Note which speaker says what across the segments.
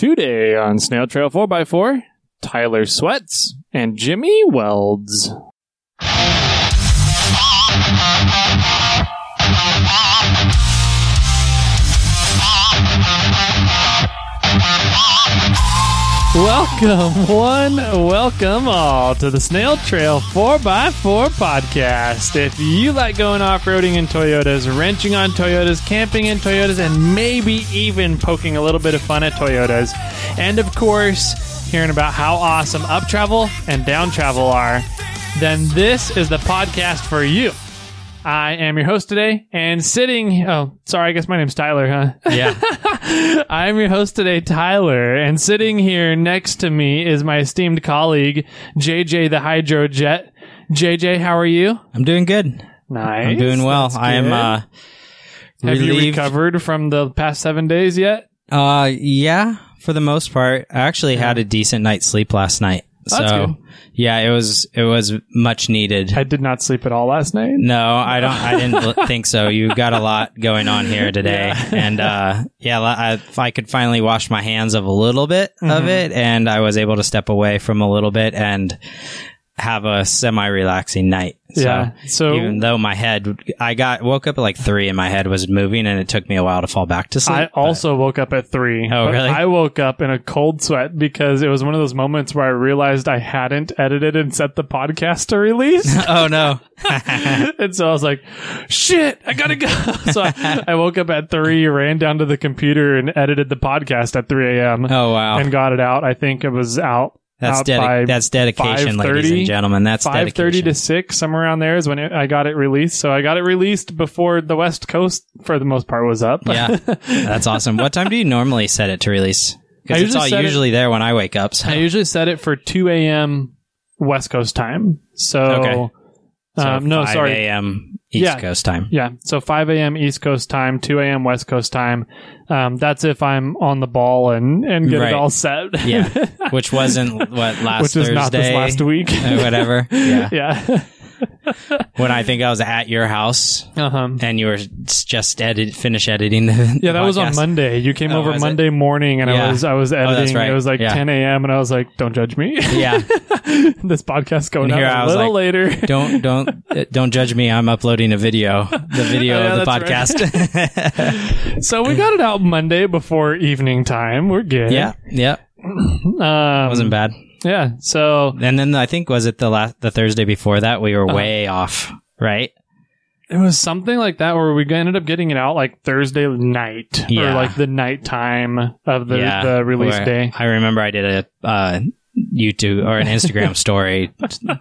Speaker 1: Today on Snail Trail 4x4, Tyler Sweats and Jimmy Welds. Welcome, one, welcome all to the Snail Trail 4x4 podcast. If you like going off roading in Toyotas, wrenching on Toyotas, camping in Toyotas, and maybe even poking a little bit of fun at Toyotas, and of course, hearing about how awesome up travel and down travel are, then this is the podcast for you. I am your host today, and sitting. Oh, sorry, I guess my name's Tyler, huh?
Speaker 2: Yeah.
Speaker 1: I'm your host today, Tyler, and sitting here next to me is my esteemed colleague, JJ the Hydro Jet. JJ, how are you?
Speaker 2: I'm doing good.
Speaker 1: Nice.
Speaker 2: I'm doing well. I am uh
Speaker 1: Have you
Speaker 2: relieved.
Speaker 1: recovered from the past seven days yet?
Speaker 2: Uh yeah, for the most part. I actually had a decent night's sleep last night.
Speaker 1: Oh,
Speaker 2: So
Speaker 1: that's good.
Speaker 2: yeah, it was it was much needed.
Speaker 1: I did not sleep at all last night.
Speaker 2: no, I don't I didn't l- think so. You got a lot going on here today. And uh yeah, la- I, I could finally wash my hands of a little bit
Speaker 1: Mm-hmm.
Speaker 2: of it and I was able to step away from a little bit and have a semi relaxing night. So
Speaker 1: yeah. So
Speaker 2: even though my head i got woke up at like three and my head was moving and it took me a while to fall back to
Speaker 1: I
Speaker 2: sleep
Speaker 1: also woke up at three.
Speaker 2: Oh,
Speaker 1: but
Speaker 2: really?
Speaker 1: I woke up in a cold sweat because it was one of those moments where I realized I hadn't edited and set the podcast to release.
Speaker 2: oh no
Speaker 1: and so I was like, shit, I gotta go. so I, I woke up at three, ran down to the computer and edited the podcast at 3 a.m.
Speaker 2: oh wow
Speaker 1: and got it out. I think it was out.
Speaker 2: that's,
Speaker 1: out by
Speaker 2: dedic that's dedication ladies
Speaker 1: 5:30,
Speaker 2: and gentlemen that's
Speaker 1: 5.30
Speaker 2: dedication
Speaker 1: to 6, somewhere around there is when it, I got it released. So I got it released before the West Coast, for the most part, was up.
Speaker 2: yeah that's awesome what time do you normally set it to release
Speaker 1: I
Speaker 2: because it's
Speaker 1: usually
Speaker 2: all
Speaker 1: set it-
Speaker 2: usually there when i wake up so,
Speaker 1: I usually set it for 2 a.m. West Coast time. So,
Speaker 2: Okay. so
Speaker 1: um, no,
Speaker 2: 5
Speaker 1: sorry.
Speaker 2: a.m east
Speaker 1: Yeah.
Speaker 2: coast time
Speaker 1: Yeah, so 5 a.m. East Coast time, 2 a.m. West Coast time. Um, that's if I'm on the ball and and get
Speaker 2: Right.
Speaker 1: it all set.
Speaker 2: yeah which wasn't what last
Speaker 1: which is
Speaker 2: thursday
Speaker 1: not this last week.
Speaker 2: or whatever yeah
Speaker 1: yeah.
Speaker 2: when i think i was at your house
Speaker 1: Uh huh.
Speaker 2: and you were s- just edit finish editing the
Speaker 1: Yeah, that was on
Speaker 2: podcast.
Speaker 1: Monday. You came
Speaker 2: Oh,
Speaker 1: over
Speaker 2: was it?
Speaker 1: Monday morning, and I
Speaker 2: Yeah. Oh,
Speaker 1: was I was
Speaker 2: that's
Speaker 1: editing.
Speaker 2: right.
Speaker 1: It was like
Speaker 2: Yeah.
Speaker 1: 10 a.m., and I was like, "Don't judge me.
Speaker 2: yeah
Speaker 1: this podcast's going
Speaker 2: And
Speaker 1: up
Speaker 2: here
Speaker 1: a
Speaker 2: I was
Speaker 1: little
Speaker 2: like,
Speaker 1: later."
Speaker 2: don't don't uh, don't judge me. I'm uploading a video, the video
Speaker 1: Oh, yeah,
Speaker 2: of the
Speaker 1: that's
Speaker 2: podcast.
Speaker 1: so we got it out Monday before evening time. We're good.
Speaker 2: yeah, Hmm. yeah,
Speaker 1: um,
Speaker 2: wasn't bad.
Speaker 1: Yeah. So
Speaker 2: And then I think was it the last the Thursday before that we were way off, right?
Speaker 1: it was something like that where we ended up getting it out like Thursday night or
Speaker 2: Yeah.
Speaker 1: like the night time of the,
Speaker 2: yeah,
Speaker 1: the release
Speaker 2: where-
Speaker 1: day.
Speaker 2: I remember I did a uh, YouTube or an Instagram story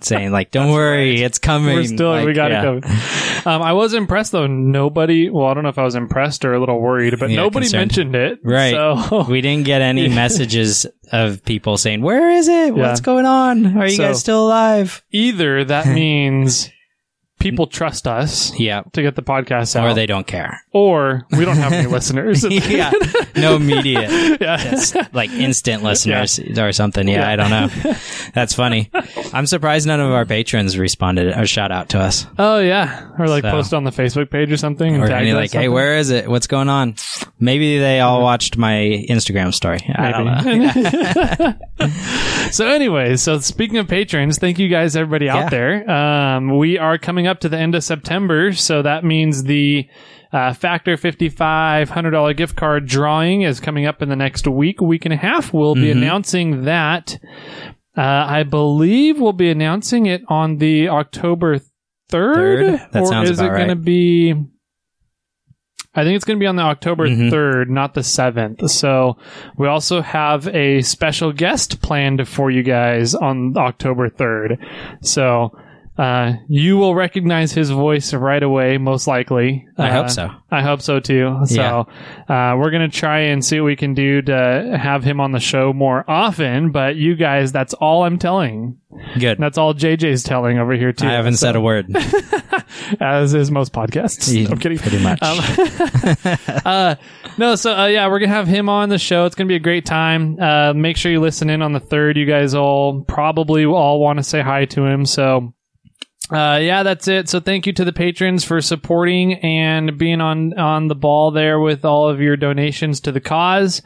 Speaker 2: saying like, "Don't worry, it's coming.
Speaker 1: We're still
Speaker 2: Like,
Speaker 1: we got
Speaker 2: yeah.
Speaker 1: it covered. Um, I was impressed though. Nobody. Well, I don't know if I was impressed or a little worried, but
Speaker 2: Yeah,
Speaker 1: nobody
Speaker 2: concerned.
Speaker 1: mentioned it.
Speaker 2: Right.
Speaker 1: So
Speaker 2: We didn't get any messages of people saying, "Where is it? What's going on? Are you
Speaker 1: So-
Speaker 2: guys still alive?"
Speaker 1: either that means people trust us
Speaker 2: Yeah.
Speaker 1: to get the podcast out,
Speaker 2: Or they don't care.
Speaker 1: or we don't have any listeners.
Speaker 2: yeah. No media.
Speaker 1: Yeah.
Speaker 2: That's like instant listeners or something. Yeah, I don't know. That's funny. I'm surprised none of our patrons responded or shout out to us
Speaker 1: Oh yeah. Or like
Speaker 2: So-
Speaker 1: post on the Facebook page or something. And
Speaker 2: or
Speaker 1: tag
Speaker 2: any
Speaker 1: us
Speaker 2: like, hey,
Speaker 1: something. Mm-hmm.
Speaker 2: where is it? What's going on? Maybe they all watched my Instagram story. I don't know.
Speaker 1: so, anyways, so speaking of patrons, thank you guys, everybody out
Speaker 2: Yeah.
Speaker 1: there. Um, we are coming up to the end of September, so that means the uh, Factor fifty five hundred dollar gift card drawing is coming up in the next week, week and a half. We'll
Speaker 2: Mm-hmm.
Speaker 1: be announcing that. Uh, I believe we'll be announcing it on the October third,
Speaker 2: Third? That
Speaker 1: or
Speaker 2: sounds
Speaker 1: is it
Speaker 2: about
Speaker 1: going to
Speaker 2: right.
Speaker 1: be? I think it's going to be on the October
Speaker 2: Mhm.
Speaker 1: 3rd, not the 7th. So we also have a special guest planned for you guys on October 3rd. So uh, you will recognize his voice right away, most likely.
Speaker 2: I
Speaker 1: Uh,
Speaker 2: hope so.
Speaker 1: I hope so too. So uh, we're going to try and see what we can do to have him on the show more often. But you guys, that's all I'm telling.
Speaker 2: Good.
Speaker 1: And that's all JJ's telling over here too.
Speaker 2: I haven't said a word.
Speaker 1: as is most podcasts.
Speaker 2: Yeah,
Speaker 1: I'm kidding.
Speaker 2: pretty much.
Speaker 1: Um, uh, no, so uh, yeah, we're gonna have him on the show. It's gonna be a great time. Uh, make sure you listen in on the third. You guys all probably all want to say hi to him. So Uh, yeah, that's it. So thank you to the patrons for supporting and being on, on the ball there with all of your donations to the cause.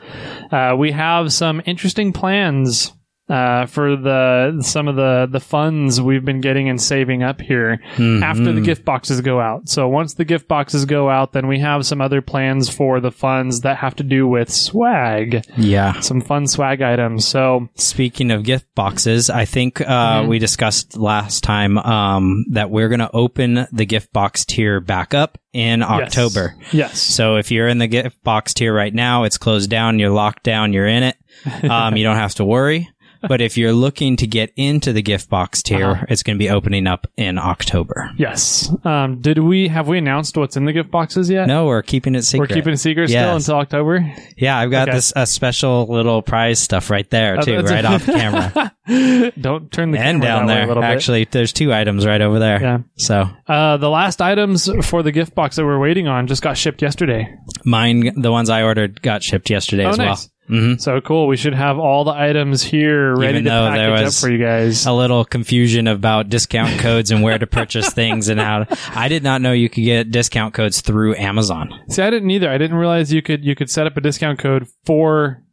Speaker 1: Uh, we have some interesting plans. Uh, for the some of the the funds we've been getting and saving up here after the gift boxes go out. So once the gift boxes go out, then we have some other plans for the funds that have to do with swag,
Speaker 2: Yeah.
Speaker 1: some fun swag items. So
Speaker 2: Speaking of gift boxes, I think uh,
Speaker 1: Mm-hmm.
Speaker 2: we discussed last time um, that we're going to open the gift box tier back up in
Speaker 1: yes.
Speaker 2: October.
Speaker 1: yes,
Speaker 2: So if you're in the gift box tier right now, it's closed down, you're locked down, you're in it. Um, you don't have to worry. But if you're looking to get into the gift box tier,
Speaker 1: Uh-huh.
Speaker 2: it's going to be opening up in October.
Speaker 1: yes. Um, did we have we announced what's in the gift boxes yet?
Speaker 2: No, we're keeping it secret.
Speaker 1: We're keeping it secret still
Speaker 2: Yes.
Speaker 1: until October.
Speaker 2: yeah, I've got
Speaker 1: Okay.
Speaker 2: this a special little prize stuff right there
Speaker 1: Oh,
Speaker 2: too,
Speaker 1: that's-
Speaker 2: right off camera
Speaker 1: Don't turn the
Speaker 2: and
Speaker 1: camera
Speaker 2: down
Speaker 1: that way
Speaker 2: there.
Speaker 1: a little bit.
Speaker 2: Actually, there's two items right over there.
Speaker 1: Yeah.
Speaker 2: So
Speaker 1: Uh, the last items for the gift box that we're waiting on just got shipped yesterday.
Speaker 2: mine, the ones I ordered, got shipped yesterday
Speaker 1: Oh,
Speaker 2: as
Speaker 1: nice.
Speaker 2: well. hmm
Speaker 1: So cool. We should have all the items here ready
Speaker 2: Even
Speaker 1: to
Speaker 2: though there
Speaker 1: package up
Speaker 2: was
Speaker 1: for you guys.
Speaker 2: a little confusion about discount codes and where to purchase things and how. I did not know you could get discount codes through Amazon.
Speaker 1: See, I didn't either. I didn't realize you could you could set up a discount code for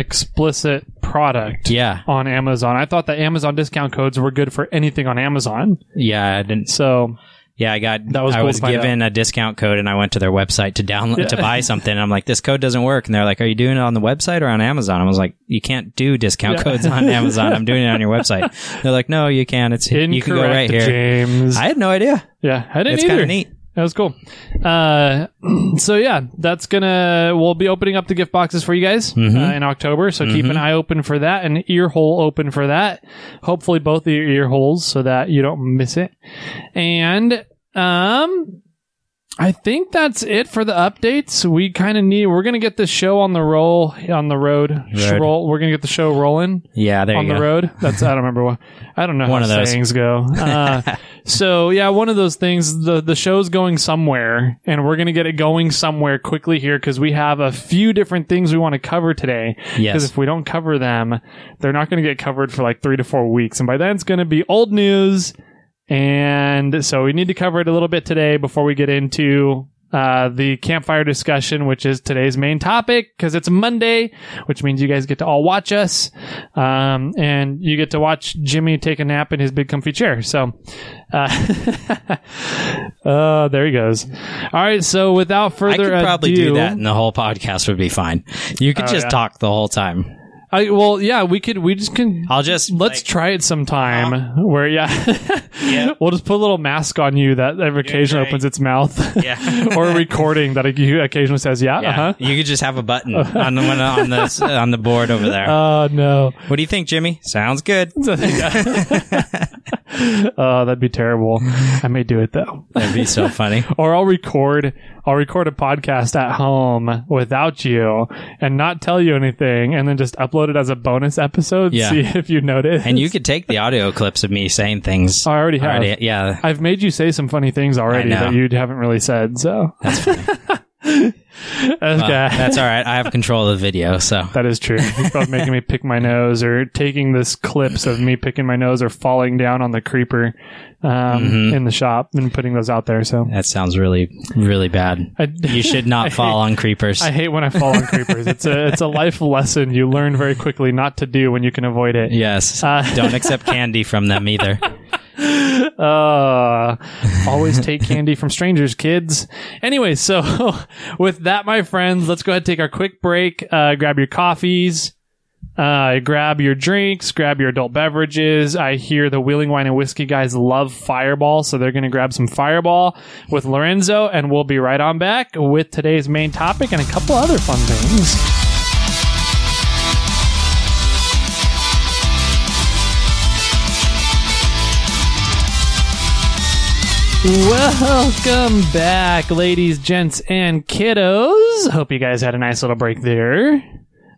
Speaker 1: explicit product
Speaker 2: Yeah,
Speaker 1: on Amazon. I thought that Amazon discount codes were good for anything on Amazon.
Speaker 2: yeah, I didn't.
Speaker 1: So
Speaker 2: Yeah, I got.
Speaker 1: That was
Speaker 2: I
Speaker 1: cool
Speaker 2: was
Speaker 1: to find
Speaker 2: given a discount code and I went to their website to download to buy something. And I'm like, this code doesn't work. And they're like, are you doing it on the website or on Amazon? I was like, you can't do discount
Speaker 1: Yeah.
Speaker 2: codes on Amazon. I'm doing it on your website. They're like, no, you can. It's you
Speaker 1: incorrect,
Speaker 2: can go right here.
Speaker 1: James.
Speaker 2: I had no idea.
Speaker 1: yeah, I didn't
Speaker 2: It's kind
Speaker 1: either.
Speaker 2: of neat.
Speaker 1: That was cool. Uh, so yeah, that's gonna. We'll be opening up the gift boxes for you guys uh, in October. So keep an eye open for that, an ear hole open for that. Hopefully, both of your ear holes, so that you don't miss it. And um, I think that's it for the updates. We kind of need. We're gonna get the show on the roll on the road. Sh-
Speaker 2: Road.
Speaker 1: roll- we're gonna get the show rolling
Speaker 2: Yeah, there
Speaker 1: on
Speaker 2: you
Speaker 1: the
Speaker 2: go.
Speaker 1: road. That's I don't remember what I don't know
Speaker 2: One
Speaker 1: how
Speaker 2: of those.
Speaker 1: sayings go. Uh, so yeah, one of those things. The the show's going somewhere, and we're gonna get it going somewhere quickly here because we have a few different things we want to cover today. Because
Speaker 2: Yes.
Speaker 1: if we don't cover them, they're not gonna get covered for like three to four weeks, and by then it's gonna be old news. And so we need to cover it a little bit today before we get into. Uh, the campfire discussion, which is today's main topic, because it's Monday, which means you guys get to all watch us um, and you get to watch Jimmy take a nap in his big comfy chair. So, uh, uh, there he goes. All right. So, without
Speaker 2: I
Speaker 1: further
Speaker 2: could probably
Speaker 1: ado, Oh,
Speaker 2: do that, and the whole podcast would be fine. You could just
Speaker 1: yeah.
Speaker 2: talk the whole time.
Speaker 1: I, well, yeah, we could. We just can.
Speaker 2: I'll just
Speaker 1: let's
Speaker 2: like,
Speaker 1: try it sometime. where yeah, we'll just put a little mask on you that every occasionally
Speaker 2: great.
Speaker 1: opens its mouth.
Speaker 2: Yeah.
Speaker 1: or a recording that you occasionally says yeah.
Speaker 2: yeah.
Speaker 1: Uh-huh.
Speaker 2: You could just have a button on the one on the on the board over there.
Speaker 1: Oh no.
Speaker 2: what do you think, Jimmy? Sounds good.
Speaker 1: Oh, that'd be terrible. I may do it though.
Speaker 2: That'd be so funny.
Speaker 1: or I'll record I'll record a podcast at home without you and not tell you anything and then just upload it as a bonus episode
Speaker 2: Yeah.
Speaker 1: see if you notice.
Speaker 2: And you could take the audio clips of me saying things.
Speaker 1: I already have.
Speaker 2: already. Yeah.
Speaker 1: I've made you say some funny things already
Speaker 2: know.
Speaker 1: that you haven't really said, so That's funny. okay.
Speaker 2: Well, Uh, that's all right. I have control of the video, so
Speaker 1: that is true. You're both making me pick my nose or taking this clips of me picking my nose or falling down on the creeper um,
Speaker 2: Mm-hmm.
Speaker 1: in the shop and putting those out there. So
Speaker 2: that sounds really, really bad.
Speaker 1: I,
Speaker 2: You should not fall on creepers.
Speaker 1: I hate when I fall on creepers. It's a it's a life lesson you learn very quickly not to do when you can avoid it.
Speaker 2: yes. Don't accept candy from them either.
Speaker 1: Uh, always take candy from strangers, kids. Anyway, so with that, my friends, let's go ahead and take our quick break. Uh, grab your coffees. Uh, grab your drinks, grab your adult beverages. I hear the Wheeling Wine and Whiskey guys love Fireball, so they're going to grab some Fireball with Lorenzo, and we'll be right on back with today's main topic and a couple other fun things. Welcome back, ladies, gents, and kiddos. Hope you guys had a nice little break there.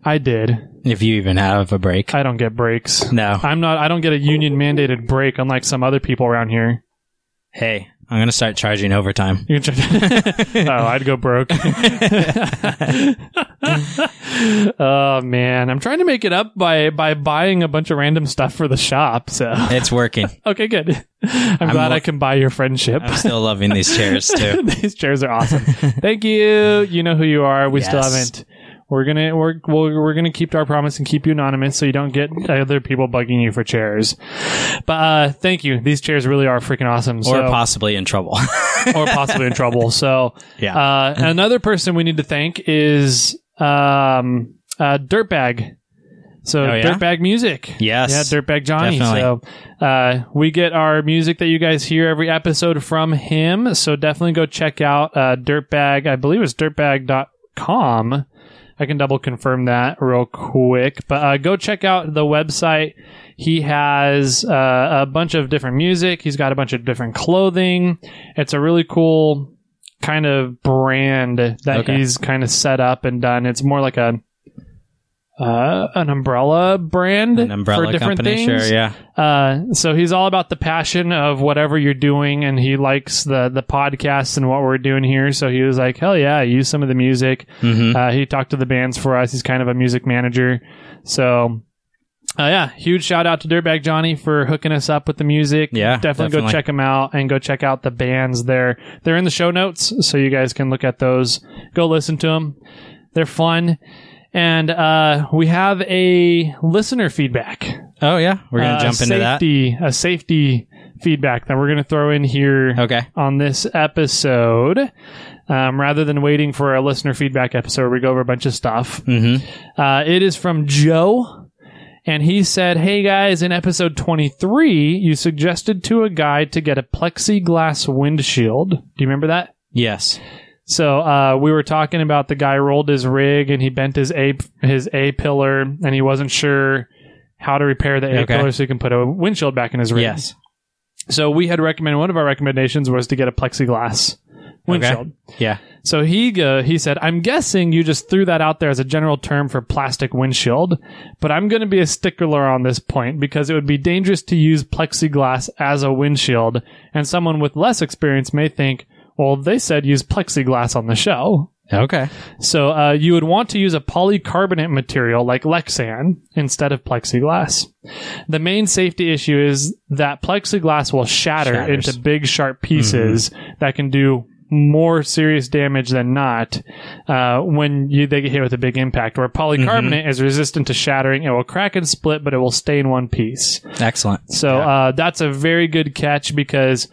Speaker 1: I did.
Speaker 2: If you even have a break.
Speaker 1: I don't get breaks.
Speaker 2: No.
Speaker 1: I'm not. I don't get a union mandated break, unlike some other people around here.
Speaker 2: Hey, I'm gonna start charging overtime.
Speaker 1: You can try- oh, I'd go broke. oh man, I'm trying to make it up by by buying a bunch of random stuff for the shop. So
Speaker 2: It's working.
Speaker 1: okay, good. I'm,
Speaker 2: I'm
Speaker 1: glad
Speaker 2: lo-
Speaker 1: I can buy your friendship.
Speaker 2: I'm still loving these chairs too.
Speaker 1: These chairs are awesome. Thank you. You know who you are. We still
Speaker 2: Yes.
Speaker 1: haven't. We're gonna we're we're, we're gonna keep to our promise and keep you anonymous so you don't get other people bugging you for chairs. But uh, thank you. These chairs really are freaking awesome.
Speaker 2: Or
Speaker 1: so,
Speaker 2: possibly in trouble.
Speaker 1: or possibly in trouble. So
Speaker 2: yeah.
Speaker 1: uh, another person we need to thank is um, uh, Dirtbag. So
Speaker 2: Oh, yeah?
Speaker 1: Dirtbag Music.
Speaker 2: Yes.
Speaker 1: Yeah, Dirtbag Johnny.
Speaker 2: Definitely.
Speaker 1: So uh, we get our music that you guys hear every episode from him. So definitely go check out uh, Dirtbag. I believe it's dirtbag.com. I can double confirm that real quick. But uh, go check out the website. He has uh, a bunch of different music. He's got a bunch of different clothing. It's a really cool kind of brand that
Speaker 2: Okay.
Speaker 1: he's kind of set up and done. It's more like a uh, an umbrella brand
Speaker 2: an umbrella
Speaker 1: for different
Speaker 2: company,
Speaker 1: things.
Speaker 2: sure, yeah.
Speaker 1: Uh, so he's all about the passion of whatever you're doing, and he likes the the podcast and what we're doing here. So he was like, "Hell yeah, use some of the music."
Speaker 2: hmm
Speaker 1: Uh, he talked to the bands for us. He's kind of a music manager. So, uh, yeah, huge shout out to Dirtbag Johnny for hooking us up with the music.
Speaker 2: Yeah,
Speaker 1: definitely, go
Speaker 2: definitely.
Speaker 1: check him out and go check out the bands there. They're in the show notes, so you guys can look at those. Go listen to them. They're fun. And uh, we have a listener feedback.
Speaker 2: Oh yeah, we're gonna
Speaker 1: Uh,
Speaker 2: jump into
Speaker 1: safety, A safety feedback that we're going to throw in here
Speaker 2: that. Okay.
Speaker 1: on this episode. Um, rather than waiting for a listener feedback episode where we go over a bunch of stuff,
Speaker 2: Mm-hmm.
Speaker 1: uh, it is from Joe. And he said, Hey guys, in episode 23, you suggested to a guy to get a plexiglass windshield. Do you remember that?
Speaker 2: Yes.
Speaker 1: So uh, we were talking about the guy rolled his rig and he bent his a his a pillar and he wasn't sure how to repair the a
Speaker 2: Okay.
Speaker 1: pillar so he can put a windshield back in his rig.
Speaker 2: Yes.
Speaker 1: So we had recommended one of our recommendations was to get a plexiglass windshield.
Speaker 2: Yeah.
Speaker 1: So he uh, he said, "I'm guessing you just threw that out there as a general term for plastic windshield, but I'm going to be a stickler on this point because it would be dangerous to use plexiglass as a windshield, and someone with less experience may think." Well, they said use plexiglass on the show.
Speaker 2: Okay.
Speaker 1: So uh, you would want to use a polycarbonate material like Lexan instead of plexiglass. The main safety issue is that plexiglass will shatter
Speaker 2: Shatters.
Speaker 1: into big sharp pieces that can do more serious damage than not uh, when you, they get hit with a big impact. Where polycarbonate is resistant to shattering, it will crack and split, but it will stay in one piece.
Speaker 2: Excellent.
Speaker 1: So
Speaker 2: Yeah.
Speaker 1: uh, that's a very good catch because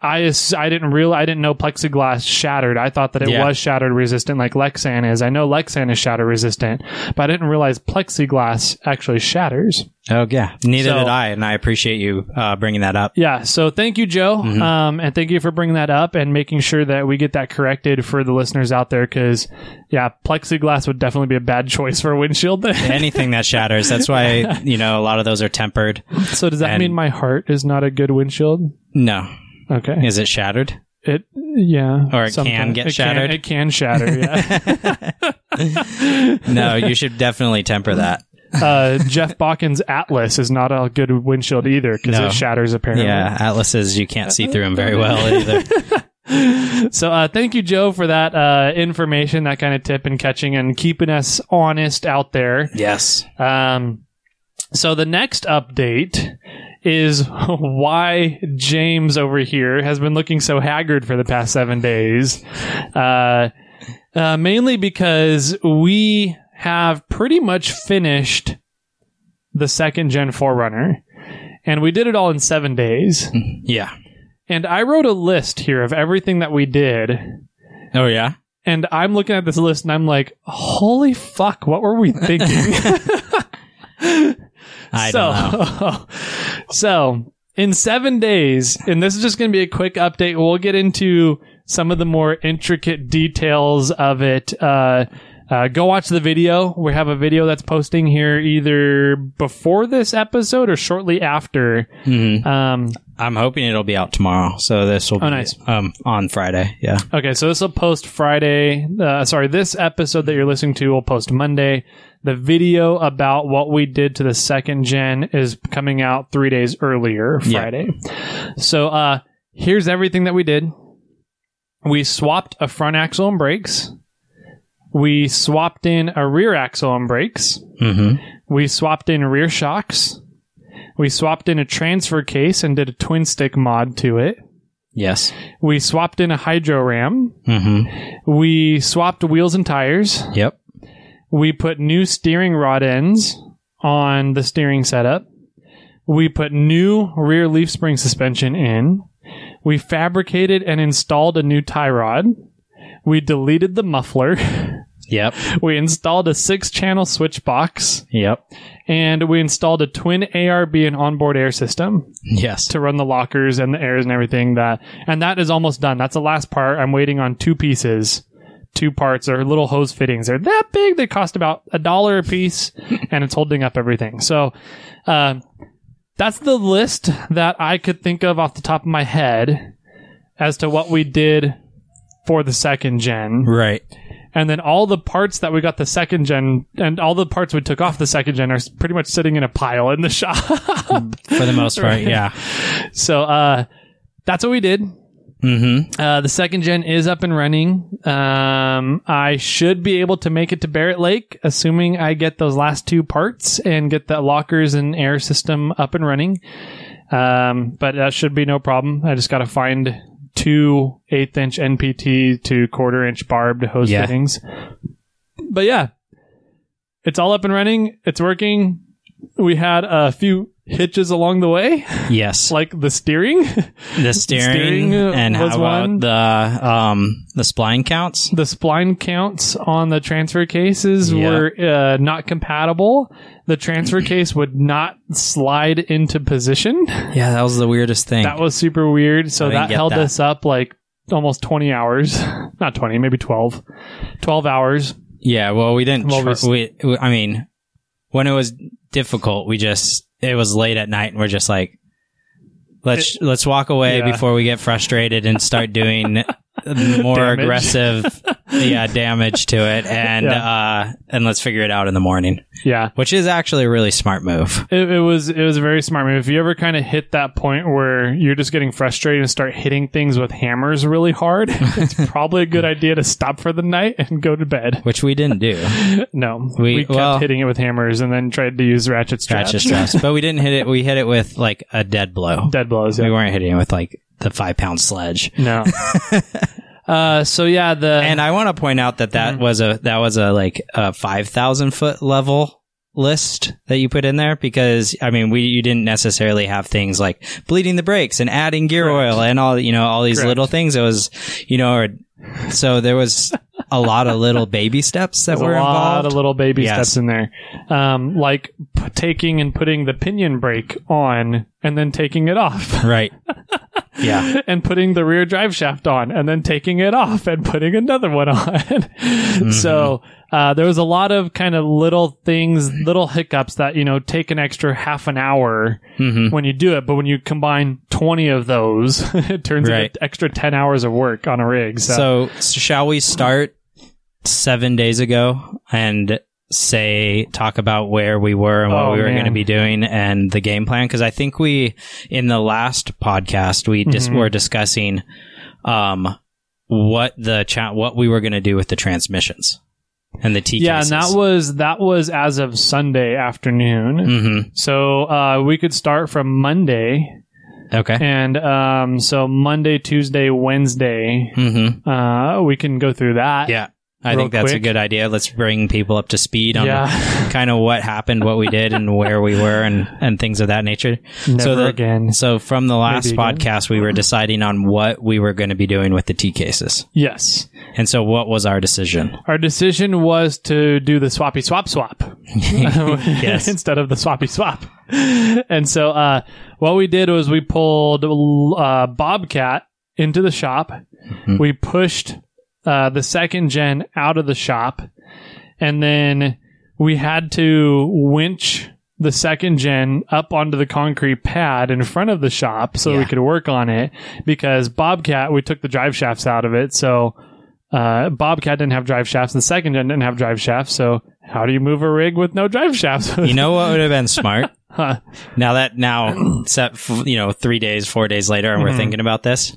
Speaker 1: I ass- I didn't real I didn't know plexiglass shattered. I thought that it
Speaker 2: Yeah.
Speaker 1: was shattered resistant like Lexan is. I know Lexan is shatter resistant, but I didn't realize plexiglass actually shatters.
Speaker 2: Oh yeah. Neither
Speaker 1: So-
Speaker 2: did I, and I appreciate you uh, bringing that up.
Speaker 1: Yeah. So thank you, Joe,
Speaker 2: Mm-hmm.
Speaker 1: um, and thank you for bringing that up and making sure that we get that corrected for the listeners out there. Because yeah, plexiglass would definitely be a bad choice for a windshield.
Speaker 2: Anything that shatters. That's why you know a lot of those are tempered.
Speaker 1: so does that
Speaker 2: And-
Speaker 1: mean my heart is not a good windshield?
Speaker 2: No.
Speaker 1: Okay.
Speaker 2: Is it shattered?
Speaker 1: It yeah,
Speaker 2: Or it can
Speaker 1: sometimes.
Speaker 2: get
Speaker 1: It
Speaker 2: shattered?
Speaker 1: it can shatter. Yeah.
Speaker 2: No. you should definitely temper that.
Speaker 1: uh, Jeff Balkin's Atlas is not a good windshield either because
Speaker 2: No.
Speaker 1: it shatters apparently.
Speaker 2: Yeah. Atlases you can't see through them very well either.
Speaker 1: So uh, thank you, Joe, for that uh, information, that kind of tip and catching and keeping us honest out there.
Speaker 2: yes.
Speaker 1: Um, so the next update is why James over here has been looking so haggard for the past seven days. Uh, uh, mainly because we have pretty much finished the second gen Forerunner, and we did it all in seven days.
Speaker 2: Yeah.
Speaker 1: And I wrote a list here of everything that we did,
Speaker 2: Oh yeah.
Speaker 1: and I'm looking at this list and I'm like, holy fuck, what were we thinking?
Speaker 2: I
Speaker 1: so,
Speaker 2: don't know.
Speaker 1: so in seven days, and this is just going to be a quick update. We'll get into some of the more intricate details of it. Uh, uh, go watch the video. We have a video that's posting here either before this episode or shortly after.
Speaker 2: Mhm.
Speaker 1: Um,
Speaker 2: I'm hoping it'll be out tomorrow. So this will
Speaker 1: Oh,
Speaker 2: be
Speaker 1: nice.
Speaker 2: um, on Friday. Yeah.
Speaker 1: Okay, so this will post Friday. Uh, sorry, this episode that you're listening to will post Monday. The video about what we did to the second gen is coming out three days earlier,
Speaker 2: Yeah.
Speaker 1: Friday. So, uh, here's everything that we did. We swapped a front axle and brakes. We swapped in a rear axle and brakes.
Speaker 2: Mm-hmm.
Speaker 1: We swapped in rear shocks. We swapped in a transfer case and did a twin stick mod to it.
Speaker 2: Yes.
Speaker 1: We swapped in a hydro ram.
Speaker 2: Mm-hmm.
Speaker 1: We swapped wheels and tires.
Speaker 2: Yep.
Speaker 1: We put new steering rod ends on the steering setup. We put new rear leaf spring suspension in. We fabricated and installed a new tie rod. We deleted the muffler.
Speaker 2: Yep.
Speaker 1: we installed a six channel switch box.
Speaker 2: Yep.
Speaker 1: And we installed a twin ARB and onboard air system
Speaker 2: Yes.
Speaker 1: to run the lockers and the airs and everything that and that is almost done that's the last part i'm waiting on two pieces two parts or little hose fittings they're that big they cost about a dollar a piece and it's holding up everything so um, that's the list that i could think of off the top of my head as to what we did for the second gen
Speaker 2: Right.
Speaker 1: and then all the parts that we got the second gen and all the parts we took off the second gen are s- pretty much sitting in a pile in the shop
Speaker 2: For the most part, yeah.
Speaker 1: so uh that's what we did
Speaker 2: Mm-hmm.
Speaker 1: Uh, the second gen is up and running. Um, I should be able to make it to Barrett Lake, assuming I get those last two parts and get the lockers and air system up and running. Um, but that should be no problem. I just got to find two eighth inch NPT to quarter inch barbed hose
Speaker 2: Yeah.
Speaker 1: fittings. But yeah, it's all up and running. It's working. We had a few hitches along the way,
Speaker 2: Yes.
Speaker 1: like the steering,
Speaker 2: the steering,
Speaker 1: steering, uh,
Speaker 2: and how
Speaker 1: was
Speaker 2: about
Speaker 1: one.
Speaker 2: the um the spline counts?
Speaker 1: the spline counts on the transfer cases
Speaker 2: Yeah.
Speaker 1: were uh, not compatible. The transfer case would not slide into position.
Speaker 2: Yeah, that was the weirdest thing.
Speaker 1: That was super weird.
Speaker 2: I
Speaker 1: So
Speaker 2: didn't
Speaker 1: that
Speaker 2: get
Speaker 1: held
Speaker 2: that.
Speaker 1: us up like almost 20 hours. Not 20, maybe 12. 12 hours.
Speaker 2: yeah, well, we didn't.
Speaker 1: Well,
Speaker 2: tr-
Speaker 1: we s-
Speaker 2: we, we, I mean, when it was difficult, we just it was late at night, and we're just like, let's let's walk away
Speaker 1: Yeah.
Speaker 2: before we get frustrated and start doing more
Speaker 1: Damage.
Speaker 2: aggressive, yeah, damage to it, and uh, and let's figure it out in the morning,
Speaker 1: Yeah.
Speaker 2: which is actually a really smart move.
Speaker 1: It, it was it was a very smart move. If you ever kind of hit that point where you're just getting frustrated and start hitting things with hammers really hard, it's probably a good idea to stop for the night and go to bed.
Speaker 2: Which we didn't do.
Speaker 1: No,
Speaker 2: We-
Speaker 1: we, kept
Speaker 2: well-
Speaker 1: hitting it with hammers and then tried to use ratchet straps.
Speaker 2: Ratchet straps. But we didn't hit it. We hit it with like a dead blow.
Speaker 1: Dead blows.
Speaker 2: We
Speaker 1: Yeah.
Speaker 2: weren't hitting it with like the five pound sledge.
Speaker 1: No. uh, so yeah, the
Speaker 2: And I want to point out that that
Speaker 1: Mhm.
Speaker 2: was a that was a like a five thousand foot level list that you put in there because I mean we you didn't necessarily have things like bleeding the brakes and adding gear
Speaker 1: Correct.
Speaker 2: oil and all you know all these
Speaker 1: Correct.
Speaker 2: little things. It was you know or, so there was a lot of little baby steps that
Speaker 1: there's a
Speaker 2: were
Speaker 1: lot
Speaker 2: involved.
Speaker 1: of little baby
Speaker 2: Yes.
Speaker 1: steps in there, um, like p- taking and putting the pinion brake on and then taking it off,
Speaker 2: right. yeah.
Speaker 1: and putting the rear drive shaft on and then taking it off and putting another one on. So uh, there was a lot of kind of little things, little hiccups that you know take an extra half an hour
Speaker 2: hmm
Speaker 1: when you do it, but when you combine twenty of those, it turns
Speaker 2: Right.
Speaker 1: into extra ten hours of work on a rig.
Speaker 2: So, shall we start seven days ago and say talk about where we were and what
Speaker 1: Oh,
Speaker 2: we were
Speaker 1: man.
Speaker 2: going to be doing and the game plan? Because I think we in the last podcast we dis-
Speaker 1: Mhm.
Speaker 2: were discussing um, what the cha- what we were going to do with the transmissions and the T
Speaker 1: yeah,
Speaker 2: cases.
Speaker 1: and that was that was as of Sunday afternoon.
Speaker 2: Mhm.
Speaker 1: So uh, we could start from Monday,
Speaker 2: okay.
Speaker 1: and um, so Monday, Tuesday, Wednesday,
Speaker 2: hmm
Speaker 1: uh, we can go through that.
Speaker 2: Yeah. I
Speaker 1: Real
Speaker 2: think that's a
Speaker 1: quick.
Speaker 2: good idea. Let's bring people up to speed on
Speaker 1: Yeah.
Speaker 2: kind of what happened, what we did, and where we were, and, and things of that nature.
Speaker 1: Never
Speaker 2: so the-
Speaker 1: again.
Speaker 2: So from the last
Speaker 1: Maybe again.
Speaker 2: podcast, we were deciding on what we were going to be doing with the T cases.
Speaker 1: Yes,
Speaker 2: And so what was our decision?
Speaker 1: our decision was to do the swappy swap swap instead of the swappy swap. And so uh, what we did was we pulled uh, Bobcat into the shop.
Speaker 2: Mhm.
Speaker 1: We pushed uh, the second gen out of the shop, and then we had to winch the second gen up onto the concrete pad in front of the shop so we
Speaker 2: Yeah.
Speaker 1: could work on it because Bobcat we took the drive shafts out of it so uh, Bobcat didn't have drive shafts the second gen didn't have drive shafts so how do you move a rig with no drive shafts
Speaker 2: You know what would have been smart?
Speaker 1: Huh.
Speaker 2: Now that now set f- you know three days, four days later, and
Speaker 1: Mm-hmm.
Speaker 2: we're thinking about this.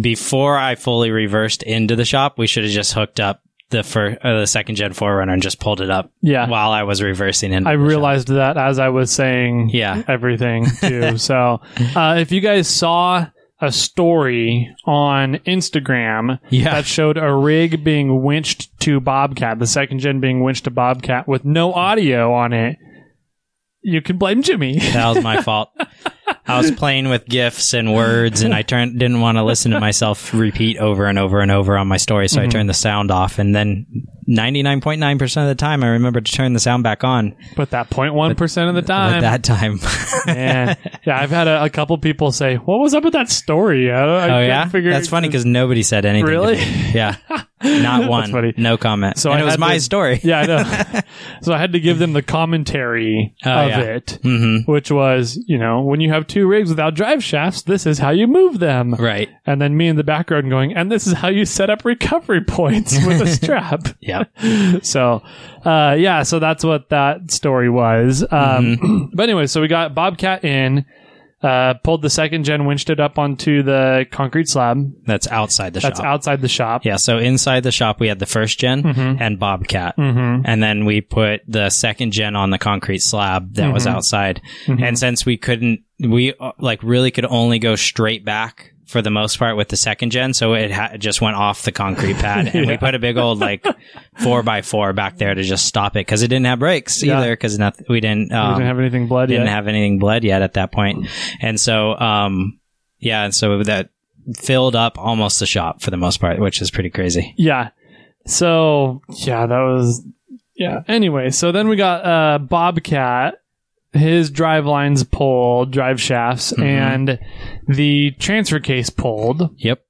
Speaker 2: Before I fully reversed into the shop, we should have just hooked up the first, uh, the second gen Forerunner and just pulled it up.
Speaker 1: Yeah.
Speaker 2: While I was reversing in,
Speaker 1: I realized that as I was saying
Speaker 2: Yeah.
Speaker 1: everything too. so uh, if you guys saw a story on Instagram
Speaker 2: Yeah.
Speaker 1: that showed a rig being winched to Bobcat, the second gen being winched to Bobcat with no audio on it, you can blame Jimmy.
Speaker 2: that was my fault. I was playing with gifs and words, and I turned didn't want to listen to myself repeat over and over and over on my story,
Speaker 1: Mm-hmm.
Speaker 2: so I turned the sound off. And then ninety nine point nine percent of the time, I remembered to turn the sound back on
Speaker 1: but that 0.1% of the
Speaker 2: at
Speaker 1: time.
Speaker 2: that time.
Speaker 1: man. yeah, I've had a, a couple people say, "What was up with that story?" I, don't- I
Speaker 2: oh
Speaker 1: couldn't
Speaker 2: yeah,
Speaker 1: figure
Speaker 2: that's funny because nobody said anything. to
Speaker 1: Really?
Speaker 2: me. Yeah, not one.
Speaker 1: funny.
Speaker 2: No comment.
Speaker 1: So
Speaker 2: So and
Speaker 1: I
Speaker 2: it was
Speaker 1: had
Speaker 2: my
Speaker 1: to-
Speaker 2: story.
Speaker 1: yeah, I know. so I had to give them the commentary
Speaker 2: Oh,
Speaker 1: of
Speaker 2: yeah.
Speaker 1: it,
Speaker 2: hmm
Speaker 1: which was, you know, when you have two rigs without drive shafts, this is how you move them.
Speaker 2: Right.
Speaker 1: And then me in the background going, and this is how you set up recovery points with a strap.
Speaker 2: Yeah.
Speaker 1: so, uh, yeah, so that's what that story was. Um,
Speaker 2: Mm-hmm.
Speaker 1: But anyway, so we got Bobcat in, uh, pulled the second gen, winched it up onto the concrete slab,
Speaker 2: That's outside the
Speaker 1: That's
Speaker 2: shop.
Speaker 1: outside the shop.
Speaker 2: yeah. So inside the shop, we had the first gen and Bobcat.
Speaker 1: Mm-hmm.
Speaker 2: and then we put the second gen on the concrete slab that was
Speaker 1: Mhm.
Speaker 2: outside.
Speaker 1: Mhm.
Speaker 2: And since we couldn't, we uh, like really could only go straight back for the most part with the second gen, so it ha- it just went off the concrete pad, and we put a big old like four by four back there to just stop it because it didn't have brakes
Speaker 1: Yeah.
Speaker 2: either because we didn't um,
Speaker 1: we didn't have anything blood
Speaker 2: didn't
Speaker 1: yet.
Speaker 2: have anything bled yet at that point, and so um yeah, and so that filled up almost the shop for the most part, which is pretty crazy.
Speaker 1: yeah. So yeah, that was yeah. Anyway, so then we got uh, Bobcat, his drive lines pulled, drive shafts,
Speaker 2: Mhm.
Speaker 1: and the transfer case pulled,
Speaker 2: Yep.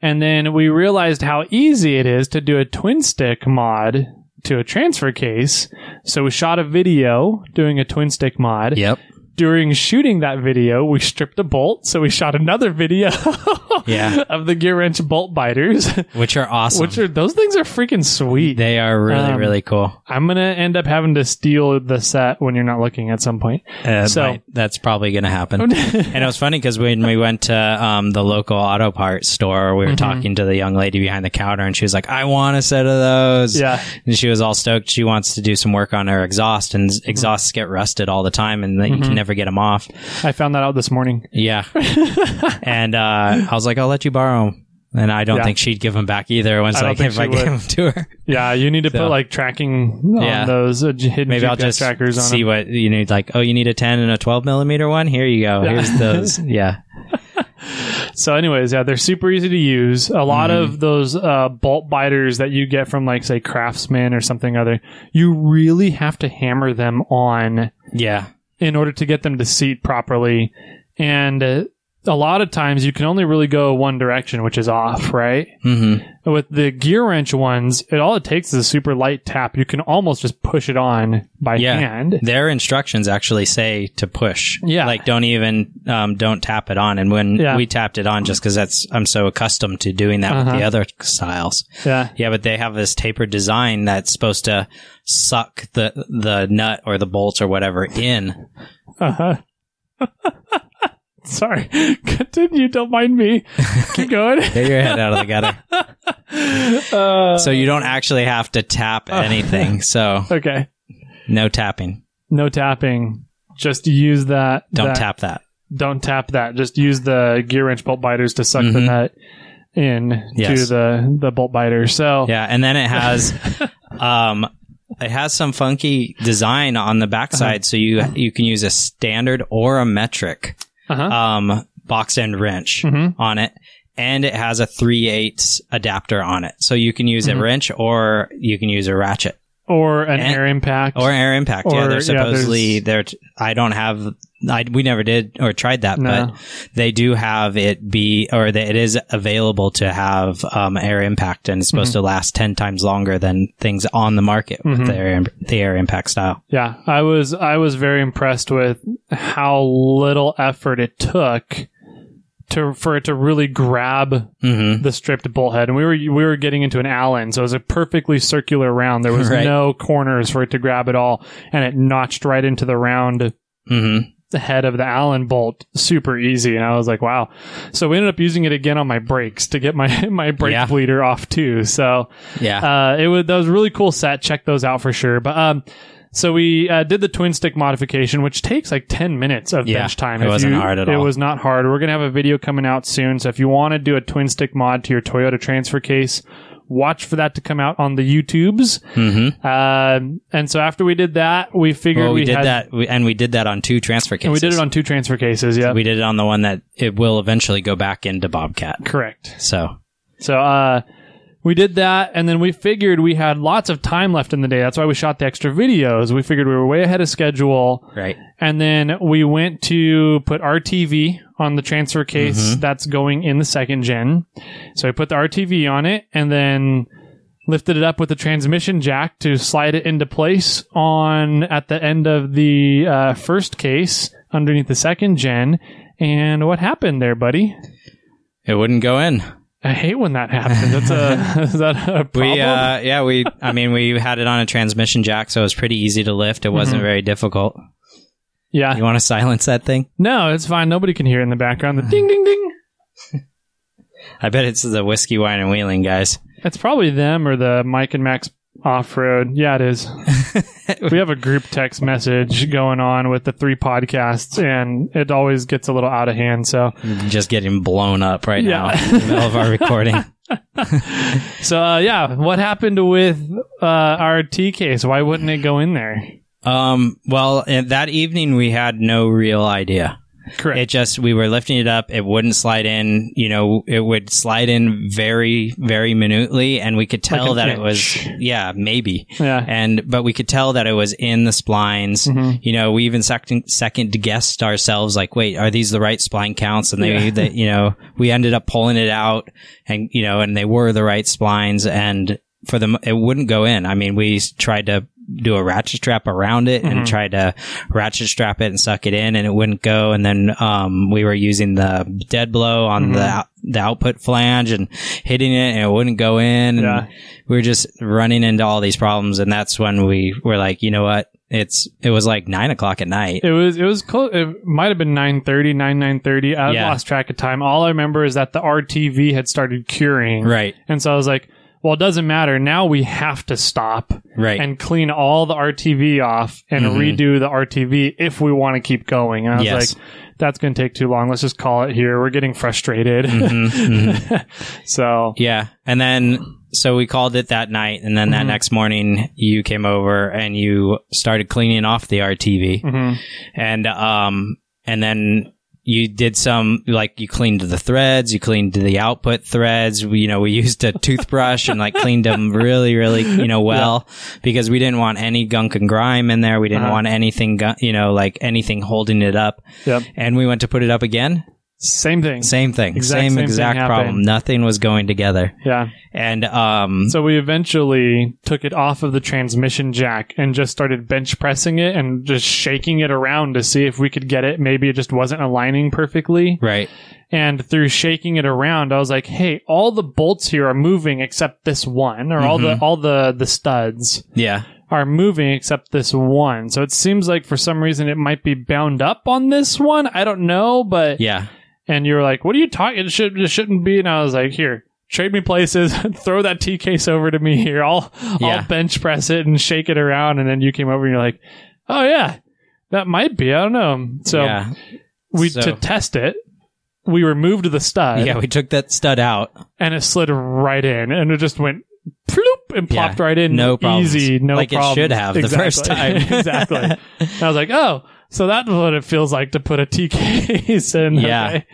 Speaker 1: and then we realized how easy it is to do a twin stick mod to a transfer case. So we shot a video doing a twin stick mod.
Speaker 2: Yep.
Speaker 1: during shooting that video, we stripped a bolt, so we shot another video
Speaker 2: Yeah.
Speaker 1: of the gear wrench bolt biters,
Speaker 2: Which are awesome.
Speaker 1: which are those things are freaking sweet.
Speaker 2: They are really,
Speaker 1: Um,
Speaker 2: really cool.
Speaker 1: I'm gonna end up having to steal the set when you're not looking at some point.
Speaker 2: Uh,
Speaker 1: so-
Speaker 2: might- that's probably going to happen. and it was funny because when we went to um, the local auto parts store, we were
Speaker 1: Mm-hmm.
Speaker 2: talking to the young lady behind the counter, and she was like, "I want a set of those."
Speaker 1: Yeah.
Speaker 2: and she was all stoked. She wants to do some work on her exhaust, and
Speaker 1: Mm-hmm.
Speaker 2: exhausts get rusted all the time, and that you can never get them off.
Speaker 1: I found that out this morning.
Speaker 2: Yeah, and uh, I was like, "I'll let you borrow." 'em." And I don't
Speaker 1: Yeah.
Speaker 2: think she'd give them back either. It was
Speaker 1: I don't
Speaker 2: like
Speaker 1: think
Speaker 2: if
Speaker 1: she
Speaker 2: I gave
Speaker 1: would.
Speaker 2: them to her.
Speaker 1: Yeah, you need to
Speaker 2: So-
Speaker 1: put like tracking on
Speaker 2: Yeah.
Speaker 1: those uh, j- hidden
Speaker 2: Maybe
Speaker 1: GPS
Speaker 2: I'll just
Speaker 1: trackers on
Speaker 2: see
Speaker 1: them.
Speaker 2: what you need. Like, oh, you need a 10 and a 12 millimeter one? Here you go.
Speaker 1: Yeah.
Speaker 2: Here's those. Yeah.
Speaker 1: So, anyways, yeah, they're super easy to use. A lot
Speaker 2: Mm.
Speaker 1: of those uh, bolt biters that you get from like say Craftsman or something other, you really have to hammer them on
Speaker 2: Yeah.
Speaker 1: in order to get them to seat properly. And uh, a lot of times you can only really go one direction, which is off, right?
Speaker 2: Mm-hmm.
Speaker 1: With the gear wrench ones, it all it takes is a super light tap. You can almost just push it on by
Speaker 2: Yeah.
Speaker 1: hand.
Speaker 2: Their instructions actually say to push.
Speaker 1: Yeah.
Speaker 2: Like, don't even, um, don't tap it on. And when
Speaker 1: Yeah.
Speaker 2: we tapped it on, just because that's, I'm so accustomed to doing that with
Speaker 1: Uh-huh.
Speaker 2: the other styles.
Speaker 1: Yeah.
Speaker 2: Yeah, but they have this tapered design that's supposed to suck the, the nut or the bolts or whatever in.
Speaker 1: Uh huh. Sorry. Continue. Don't mind me. Keep going.
Speaker 2: Get your head out of the gutter.
Speaker 1: Uh,
Speaker 2: So you don't actually have to tap
Speaker 1: Oh.
Speaker 2: anything. So
Speaker 1: okay.
Speaker 2: no tapping.
Speaker 1: No tapping. Just use that.
Speaker 2: Don't
Speaker 1: that-
Speaker 2: tap that.
Speaker 1: don't tap that. Just use the gear wrench bolt biters to suck the
Speaker 2: Mhm.
Speaker 1: nut in to
Speaker 2: Yes.
Speaker 1: the the bolt biter. So
Speaker 2: Yeah, and then it has um it has some funky design on the backside so you you can use a standard or a metric
Speaker 1: uh-huh.
Speaker 2: um box end wrench
Speaker 1: Mhm.
Speaker 2: on it and it has a 3 8 adapter on it. So you can use
Speaker 1: Mhm.
Speaker 2: a wrench or you can use a ratchet
Speaker 1: or an
Speaker 2: and-
Speaker 1: air impact.
Speaker 2: or air impact.
Speaker 1: Or-
Speaker 2: yeah,
Speaker 1: yeah,
Speaker 2: they're supposedly
Speaker 1: there's-
Speaker 2: they're t- I don't have I, we never did or tried that,
Speaker 1: No.
Speaker 2: but they do have it be or that it is available to have um, air impact and it's supposed
Speaker 1: Mm-hmm.
Speaker 2: to last ten times longer than things on the market
Speaker 1: Mhm.
Speaker 2: with the air, the air impact style.
Speaker 1: yeah, I was I was very impressed with how little effort it took to for it to really grab
Speaker 2: Mm-hmm.
Speaker 1: the stripped bolt head. And we were we were getting into an Allen, so it was a perfectly circular round. There was
Speaker 2: Right.
Speaker 1: no corners for it to grab at all, and it notched right into the round
Speaker 2: hmm
Speaker 1: the head of the Allen bolt super easy, and I was like, wow. So we ended up using it again on my brakes to get my my brake
Speaker 2: Yeah.
Speaker 1: bleeder off too. So
Speaker 2: Yeah.
Speaker 1: uh, it was that was a really cool set. Check those out for sure. But um, so we uh, did the twin stick modification, which takes like ten minutes of
Speaker 2: Yeah,
Speaker 1: bench time.
Speaker 2: it
Speaker 1: If
Speaker 2: wasn't
Speaker 1: you-
Speaker 2: hard at
Speaker 1: It
Speaker 2: all.
Speaker 1: was not hard. We're gonna have a video coming out soon. So if you want to do a twin stick mod to your Toyota transfer case, watch for that to come out on the YouTubes.
Speaker 2: hmm
Speaker 1: Um and so after we did that, we figured
Speaker 2: Well, we, did
Speaker 1: had,
Speaker 2: that, we, and we did that on two transfer cases.
Speaker 1: and we did it on two transfer cases. Yeah,
Speaker 2: We did it on the one that it will eventually go back into Bobcat.
Speaker 1: correct.
Speaker 2: So
Speaker 1: So uh, we did that, and then we figured we had lots of time left in the day. That's why we shot the extra videos. We figured we were way ahead of schedule,
Speaker 2: right.
Speaker 1: and then we went to put RTV on the transfer case that's going in the second gen. So we put the RTV on it, and then lifted it up with the transmission jack to slide it into place on at the end of the uh, first case underneath the second gen. And what happened there, buddy?
Speaker 2: It wouldn't go in.
Speaker 1: I hate when that happens. That's a is that a problem?
Speaker 2: We uh yeah, we I mean we had it on a transmission jack, so it was pretty easy to lift. It wasn't
Speaker 1: Mm-hmm.
Speaker 2: very difficult.
Speaker 1: yeah.
Speaker 2: You wanna silence that thing?
Speaker 1: No, it's fine. Nobody can hear in the background. The ding ding ding.
Speaker 2: I bet it's the whiskey, wine, and wheeling guys.
Speaker 1: It's probably them or the Mike and Max off road. Yeah, it is. we have a group text message going on with the three podcasts, and it always gets a little out of hand. So
Speaker 2: Just getting blown up right
Speaker 1: Yeah.
Speaker 2: now in the middle of our recording.
Speaker 1: so uh, yeah, what happened with uh, our T case? Why wouldn't it go in there?
Speaker 2: Um well and that evening we had no real idea.
Speaker 1: Correct.
Speaker 2: It just we were lifting it up, it wouldn't slide in, you know, it would slide in very, very minutely and we could tell
Speaker 1: an
Speaker 2: that it
Speaker 1: inch.
Speaker 2: was yeah, maybe.
Speaker 1: yeah.
Speaker 2: and but we could tell that it was in the splines.
Speaker 1: Mhm.
Speaker 2: You know, we even second second guessed ourselves, like, wait, are these the right spline counts? And they,
Speaker 1: Yeah.
Speaker 2: that you know, we ended up pulling it out, and you know, and they were the right splines, and for them, it wouldn't go in. I mean, we s- tried to do a ratchet strap around it
Speaker 1: Mhm.
Speaker 2: and tried to ratchet strap it and suck it in and it wouldn't go and then um, we were using the dead blow on the
Speaker 1: Mhm.
Speaker 2: out the output flange and hitting it and it wouldn't go in and
Speaker 1: Yeah.
Speaker 2: we were just running into all these problems and that's when we were like you know what it's it was like nine o'clock at night
Speaker 1: It was it was close. It might have been 9.30, 9, 9.30. I
Speaker 2: Yeah.
Speaker 1: lost track of time. All I remember is that the RTV had started curing.
Speaker 2: right
Speaker 1: And so I was like, well, it doesn't matter. Now we have to stop
Speaker 2: right
Speaker 1: and clean all the RTV off and
Speaker 2: Mhm.
Speaker 1: redo the RTV if we want to keep going. And I was
Speaker 2: Yes.
Speaker 1: like, that's going to take too long. Let's just call it here. We're getting frustrated.
Speaker 2: Mhm, mhm.
Speaker 1: so,
Speaker 2: yeah and then so we called it that night and then that
Speaker 1: Mhm.
Speaker 2: next morning you came over and you started cleaning off the rtv
Speaker 1: mhm.
Speaker 2: and um and then you did some like you cleaned the threads you cleaned the output threads we, you know we used a toothbrush and like cleaned them really really you know well because we didn't want any gunk and grime in there we didn't
Speaker 1: Uh-huh.
Speaker 2: want anything gu- you know like anything holding it up
Speaker 1: Yep.
Speaker 2: and we went to put it up again
Speaker 1: same thing.
Speaker 2: same thing
Speaker 1: Exact
Speaker 2: same,
Speaker 1: same thing
Speaker 2: exact
Speaker 1: happened.
Speaker 2: problem nothing was going together
Speaker 1: Yeah.
Speaker 2: and um
Speaker 1: So we eventually took it off of the transmission jack and just started bench pressing it and just shaking it around to see if we could get it. Maybe it just wasn't aligning perfectly.
Speaker 2: right
Speaker 1: And through shaking it around, I was like, "Hey, all the bolts here are moving except this one, or all the
Speaker 2: Mm-hmm.
Speaker 1: all the the studs
Speaker 2: yeah
Speaker 1: are moving except this one." So it seems like for some reason it might be bound up on this one. I don't know, but
Speaker 2: yeah
Speaker 1: and you were like, "What are you talking? It, should, it shouldn't be." And I was like, "Here, trade me places. Throw that T case over to me here. I'll
Speaker 2: Yeah.
Speaker 1: I'll bench press it and shake it around." And then you came over and you're like, "Oh yeah, that might be. I don't know." So
Speaker 2: yeah
Speaker 1: we
Speaker 2: So-
Speaker 1: to test it. We removed the stud
Speaker 2: yeah we took that stud out
Speaker 1: and it slid right in and it just went ploop and
Speaker 2: Yeah.
Speaker 1: plopped right in.
Speaker 2: No problems.
Speaker 1: Easy, no
Speaker 2: Like it
Speaker 1: problems.
Speaker 2: should have the first time.
Speaker 1: exactly. And I was like, oh, so that's what it feels like to put a T case in.
Speaker 2: Yeah.
Speaker 1: Okay.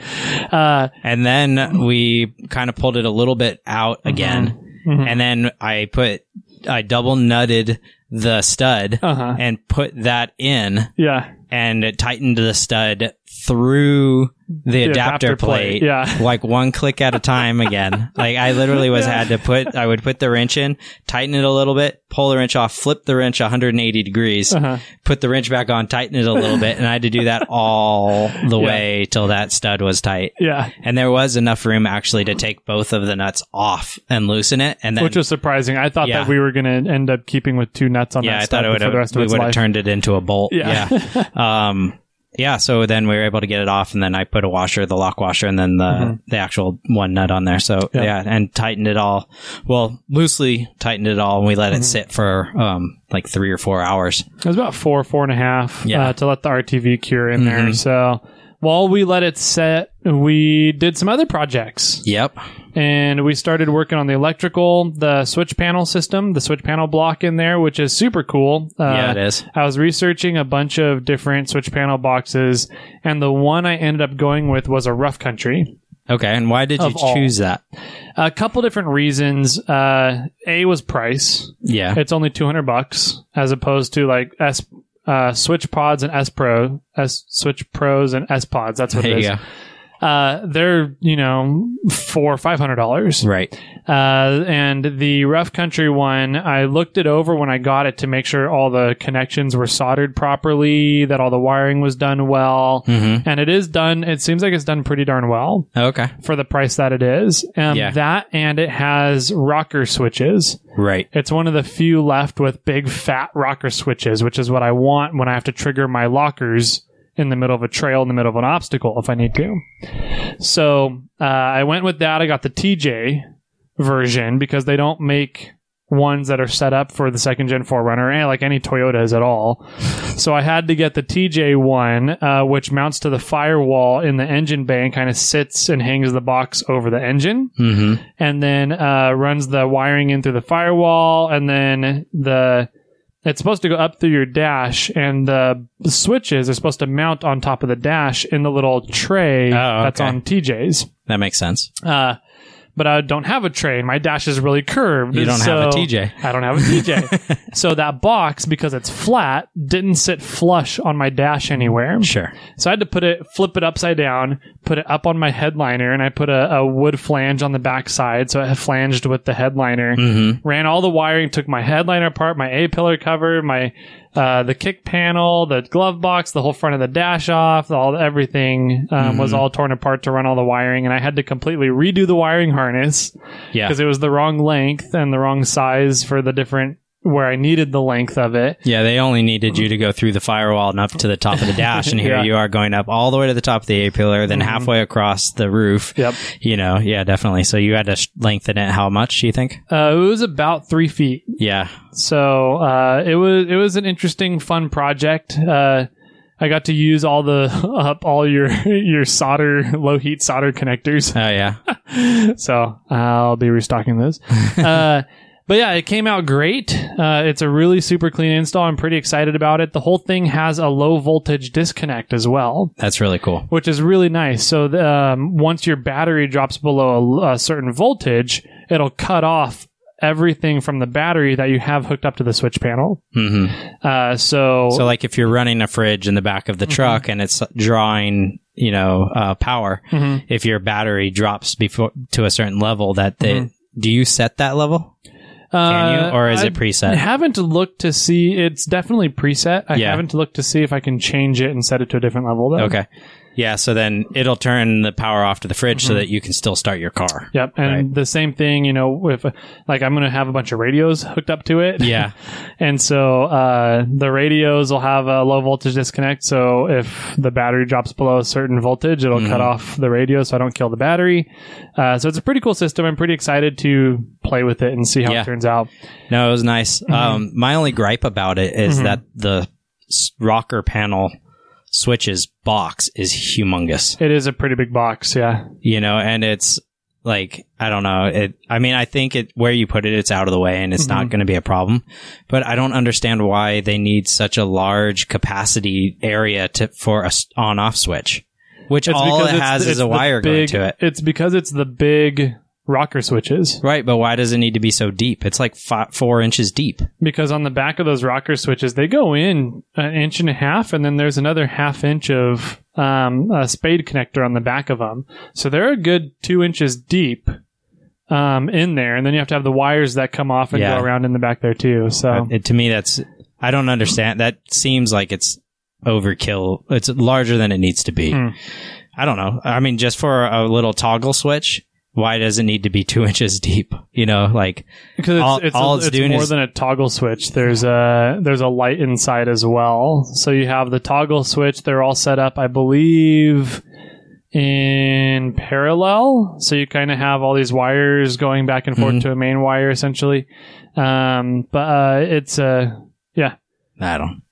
Speaker 1: Uh,
Speaker 2: And then we kind of pulled it a little bit out
Speaker 1: Mm-hmm.
Speaker 2: again.
Speaker 1: mhm.
Speaker 2: And then I put, I double nutted the stud
Speaker 1: Uh-huh.
Speaker 2: and put that in
Speaker 1: Yeah.
Speaker 2: and it tightened the stud through the, adapter,
Speaker 1: adapter plate,
Speaker 2: plate,
Speaker 1: yeah.
Speaker 2: like one click at a time again. like I literally was had to put, I would put the wrench in, tighten it a little bit, pull the wrench off, flip the wrench 180 degrees,
Speaker 1: Uh-huh.
Speaker 2: put the wrench back on, tighten it a little bit. And I had to do that all the way till that stud was tight.
Speaker 1: Yeah.
Speaker 2: And there was enough room actually to take both of the nuts off and loosen it. And then,
Speaker 1: Which was surprising. I thought
Speaker 2: Yeah.
Speaker 1: that we were going to end up keeping with two nuts on
Speaker 2: yeah,
Speaker 1: that
Speaker 2: I thought
Speaker 1: stud
Speaker 2: it would
Speaker 1: for the
Speaker 2: have,
Speaker 1: rest of
Speaker 2: we
Speaker 1: its
Speaker 2: would have
Speaker 1: life.
Speaker 2: turned it into a bolt.
Speaker 1: Yeah.
Speaker 2: Yeah. um, yeah, so then we were able to get it off, and then I put a washer, the lock washer, and then the
Speaker 1: Mhm.
Speaker 2: the actual one nut on there. So
Speaker 1: Yeah.
Speaker 2: yeah. and tightened it all. Well, loosely tightened it all, and we
Speaker 1: Mm-hmm.
Speaker 2: let it sit for um like three or four hours.
Speaker 1: It was about four, four and a half
Speaker 2: Yeah.
Speaker 1: uh, to let the RTV cure in there.
Speaker 2: Mhm.
Speaker 1: So while we let it set, we did some other projects
Speaker 2: Yep.
Speaker 1: and we started working on the electrical, the switch panel system, the switch panel block in there, which is super cool. Uh,
Speaker 2: yeah, it is.
Speaker 1: I was researching a bunch of different switch panel boxes, and the one I ended up going with was a rough country.
Speaker 2: Okay, and why did you
Speaker 1: Of all.
Speaker 2: choose that?
Speaker 1: A couple different reasons. Uh, a was price.
Speaker 2: Yeah.
Speaker 1: It's only two hundred bucks as opposed to like S uh, Switch Pods and S Pro, S Switch Pros and S Pods. That's what
Speaker 2: There
Speaker 1: it is.
Speaker 2: you go.
Speaker 1: Uh, they're you know four or five hundred dollars.
Speaker 2: Right.
Speaker 1: Uh, and the Rough Country one, I looked it over when I got it to make sure all the connections were soldered properly, that all the wiring was done well.
Speaker 2: hmm
Speaker 1: And it is done. It seems like it's done pretty darn well
Speaker 2: Okay.
Speaker 1: for the price that it is. Um,
Speaker 2: Yeah.
Speaker 1: That and it has rocker switches.
Speaker 2: Right.
Speaker 1: It's one of the few left with big fat rocker switches, which is what I want when I have to trigger my lockers in the middle of a trail, in the middle of an obstacle, if I need to. So uh, I went with that. I got the TJ version because they don't make ones that are set up for the second gen 4Runner, and like any Toyotas at all. so I had to get the TJ one, uh, which mounts to the firewall in the engine bay and kind of sits and hangs the box over the engine
Speaker 2: hmm
Speaker 1: and then uh, runs the wiring in through the firewall, and then the it's supposed to go up through your dash, and the switches are supposed to mount on top of the dash in the little tray
Speaker 2: Oh,
Speaker 1: that's
Speaker 2: okay.
Speaker 1: on TJ's.
Speaker 2: That makes sense.
Speaker 1: Uh, but I don't have a tray. and My dash is really curved.
Speaker 2: You don't have a
Speaker 1: so-
Speaker 2: TJ.
Speaker 1: I don't have a TJ. so that box, because it's flat, didn't sit flush on my dash anywhere.
Speaker 2: Sure.
Speaker 1: So I had to put it, flip it upside down, put it up on my headliner, and I put a, a wood flange on the backside, so it flanged with the headliner.
Speaker 2: hmm
Speaker 1: Ran all the wiring, took my headliner apart, my A pillar cover, my uh, the kick panel, the glove box, the whole front of the dash off, all everything um, was all torn apart to run all the wiring, and I had to completely redo the wiring harness
Speaker 2: Yeah.
Speaker 1: because it was the wrong length and the wrong size for the different where I needed the length of it.
Speaker 2: Yeah, they only needed you to go through the firewall and up to the top of the dash, and here
Speaker 1: Yeah. Mm-hmm.
Speaker 2: you are going up all the way to the top of the A pillar, then halfway across the roof.
Speaker 1: Yep.
Speaker 2: You know, yeah, definitely. So you had to sh- lengthen it. How much? You think?
Speaker 1: Uh, it was about three feet
Speaker 2: Yeah.
Speaker 1: So uh, it was it was an interesting, fun project. Uh, I got to use all the up all your your solder low heat solder connectors.
Speaker 2: Oh yeah.
Speaker 1: So I'll be restocking those. uh, but yeah, it came out great. Uh, it's a really super clean install. I'm pretty excited about it. The whole thing has a low voltage disconnect as well.
Speaker 2: That's really cool.
Speaker 1: Which is really nice. So the, um, once your battery drops below a, a certain voltage, it'll cut off everything from the battery that you have hooked up to the switch panel.
Speaker 2: hmm
Speaker 1: Uh, so,
Speaker 2: So like, if you're running a fridge in the back of the
Speaker 1: Mm-hmm.
Speaker 2: truck and it's drawing, you know, uh, power,
Speaker 1: Mhm.
Speaker 2: if your battery drops before to a certain level, that they do you set that level? Can you,
Speaker 1: Mm-hmm. uh,
Speaker 2: or is
Speaker 1: I
Speaker 2: it preset?
Speaker 1: haven't looked to see. It's definitely preset. I
Speaker 2: Yeah.
Speaker 1: haven't looked to see if I can change it and set it to a different level. Though.
Speaker 2: Okay. Yeah. So then it'll turn the power off to the fridge so that you can still start your car.
Speaker 1: Mm-hmm. Yep. And the same thing, you know, if like I'm going to have a bunch of radios hooked up to it.
Speaker 2: Yeah.
Speaker 1: and so uh, the radios will have a low voltage disconnect. So if the battery drops below a certain voltage, it'll
Speaker 2: Mm-hmm.
Speaker 1: cut off the radio so I don't kill the battery. Uh, so it's a pretty cool system. I'm pretty excited to play with it and see how
Speaker 2: Yeah.
Speaker 1: it turns out.
Speaker 2: No, it was nice.
Speaker 1: Mm-hmm.
Speaker 2: Um, my only gripe about it is that the s- rocker panel switches box is humongous,
Speaker 1: It is a pretty big box. Yeah.
Speaker 2: you know, and it's like I don't know. It. I mean, I think it where you put it, it's out of the way and it's
Speaker 1: Mm-hmm.
Speaker 2: not going to be a problem. But I don't understand why they need such a large capacity area to for a on off switch, which all it
Speaker 1: it's-
Speaker 2: has
Speaker 1: it's
Speaker 2: is a
Speaker 1: the
Speaker 2: wire
Speaker 1: big,
Speaker 2: going to it.
Speaker 1: It's because it's the big rocker switches.
Speaker 2: Right, but why does it need to be so deep? It's like fi four inches deep.
Speaker 1: Because on the back of those rocker switches, they go in an inch and a half, and then there's another half inch of um, a spade connector on the back of them. So they're a good two inches deep um, in there, and then you have to have the wires that come off and
Speaker 2: Yeah.
Speaker 1: go around in the back there too. So
Speaker 2: Uh, It, to me, that's I don't understand. That seems like it's overkill. It's larger than it needs to be.
Speaker 1: Hmm.
Speaker 2: I don't know. I mean, just for a little toggle switch, why does it need to be two inches deep? You know, like
Speaker 1: Because it's,
Speaker 2: All-
Speaker 1: it's,
Speaker 2: all
Speaker 1: it's,
Speaker 2: it's doing
Speaker 1: more
Speaker 2: is-
Speaker 1: than a toggle switch. There's a there's a light inside as well. So you have the toggle switch. They're all set up, I believe, in parallel. So you kind of have all these wires going back and forth
Speaker 2: Mhm.
Speaker 1: to a main wire, essentially. Um, but uh, it's a
Speaker 2: I don't.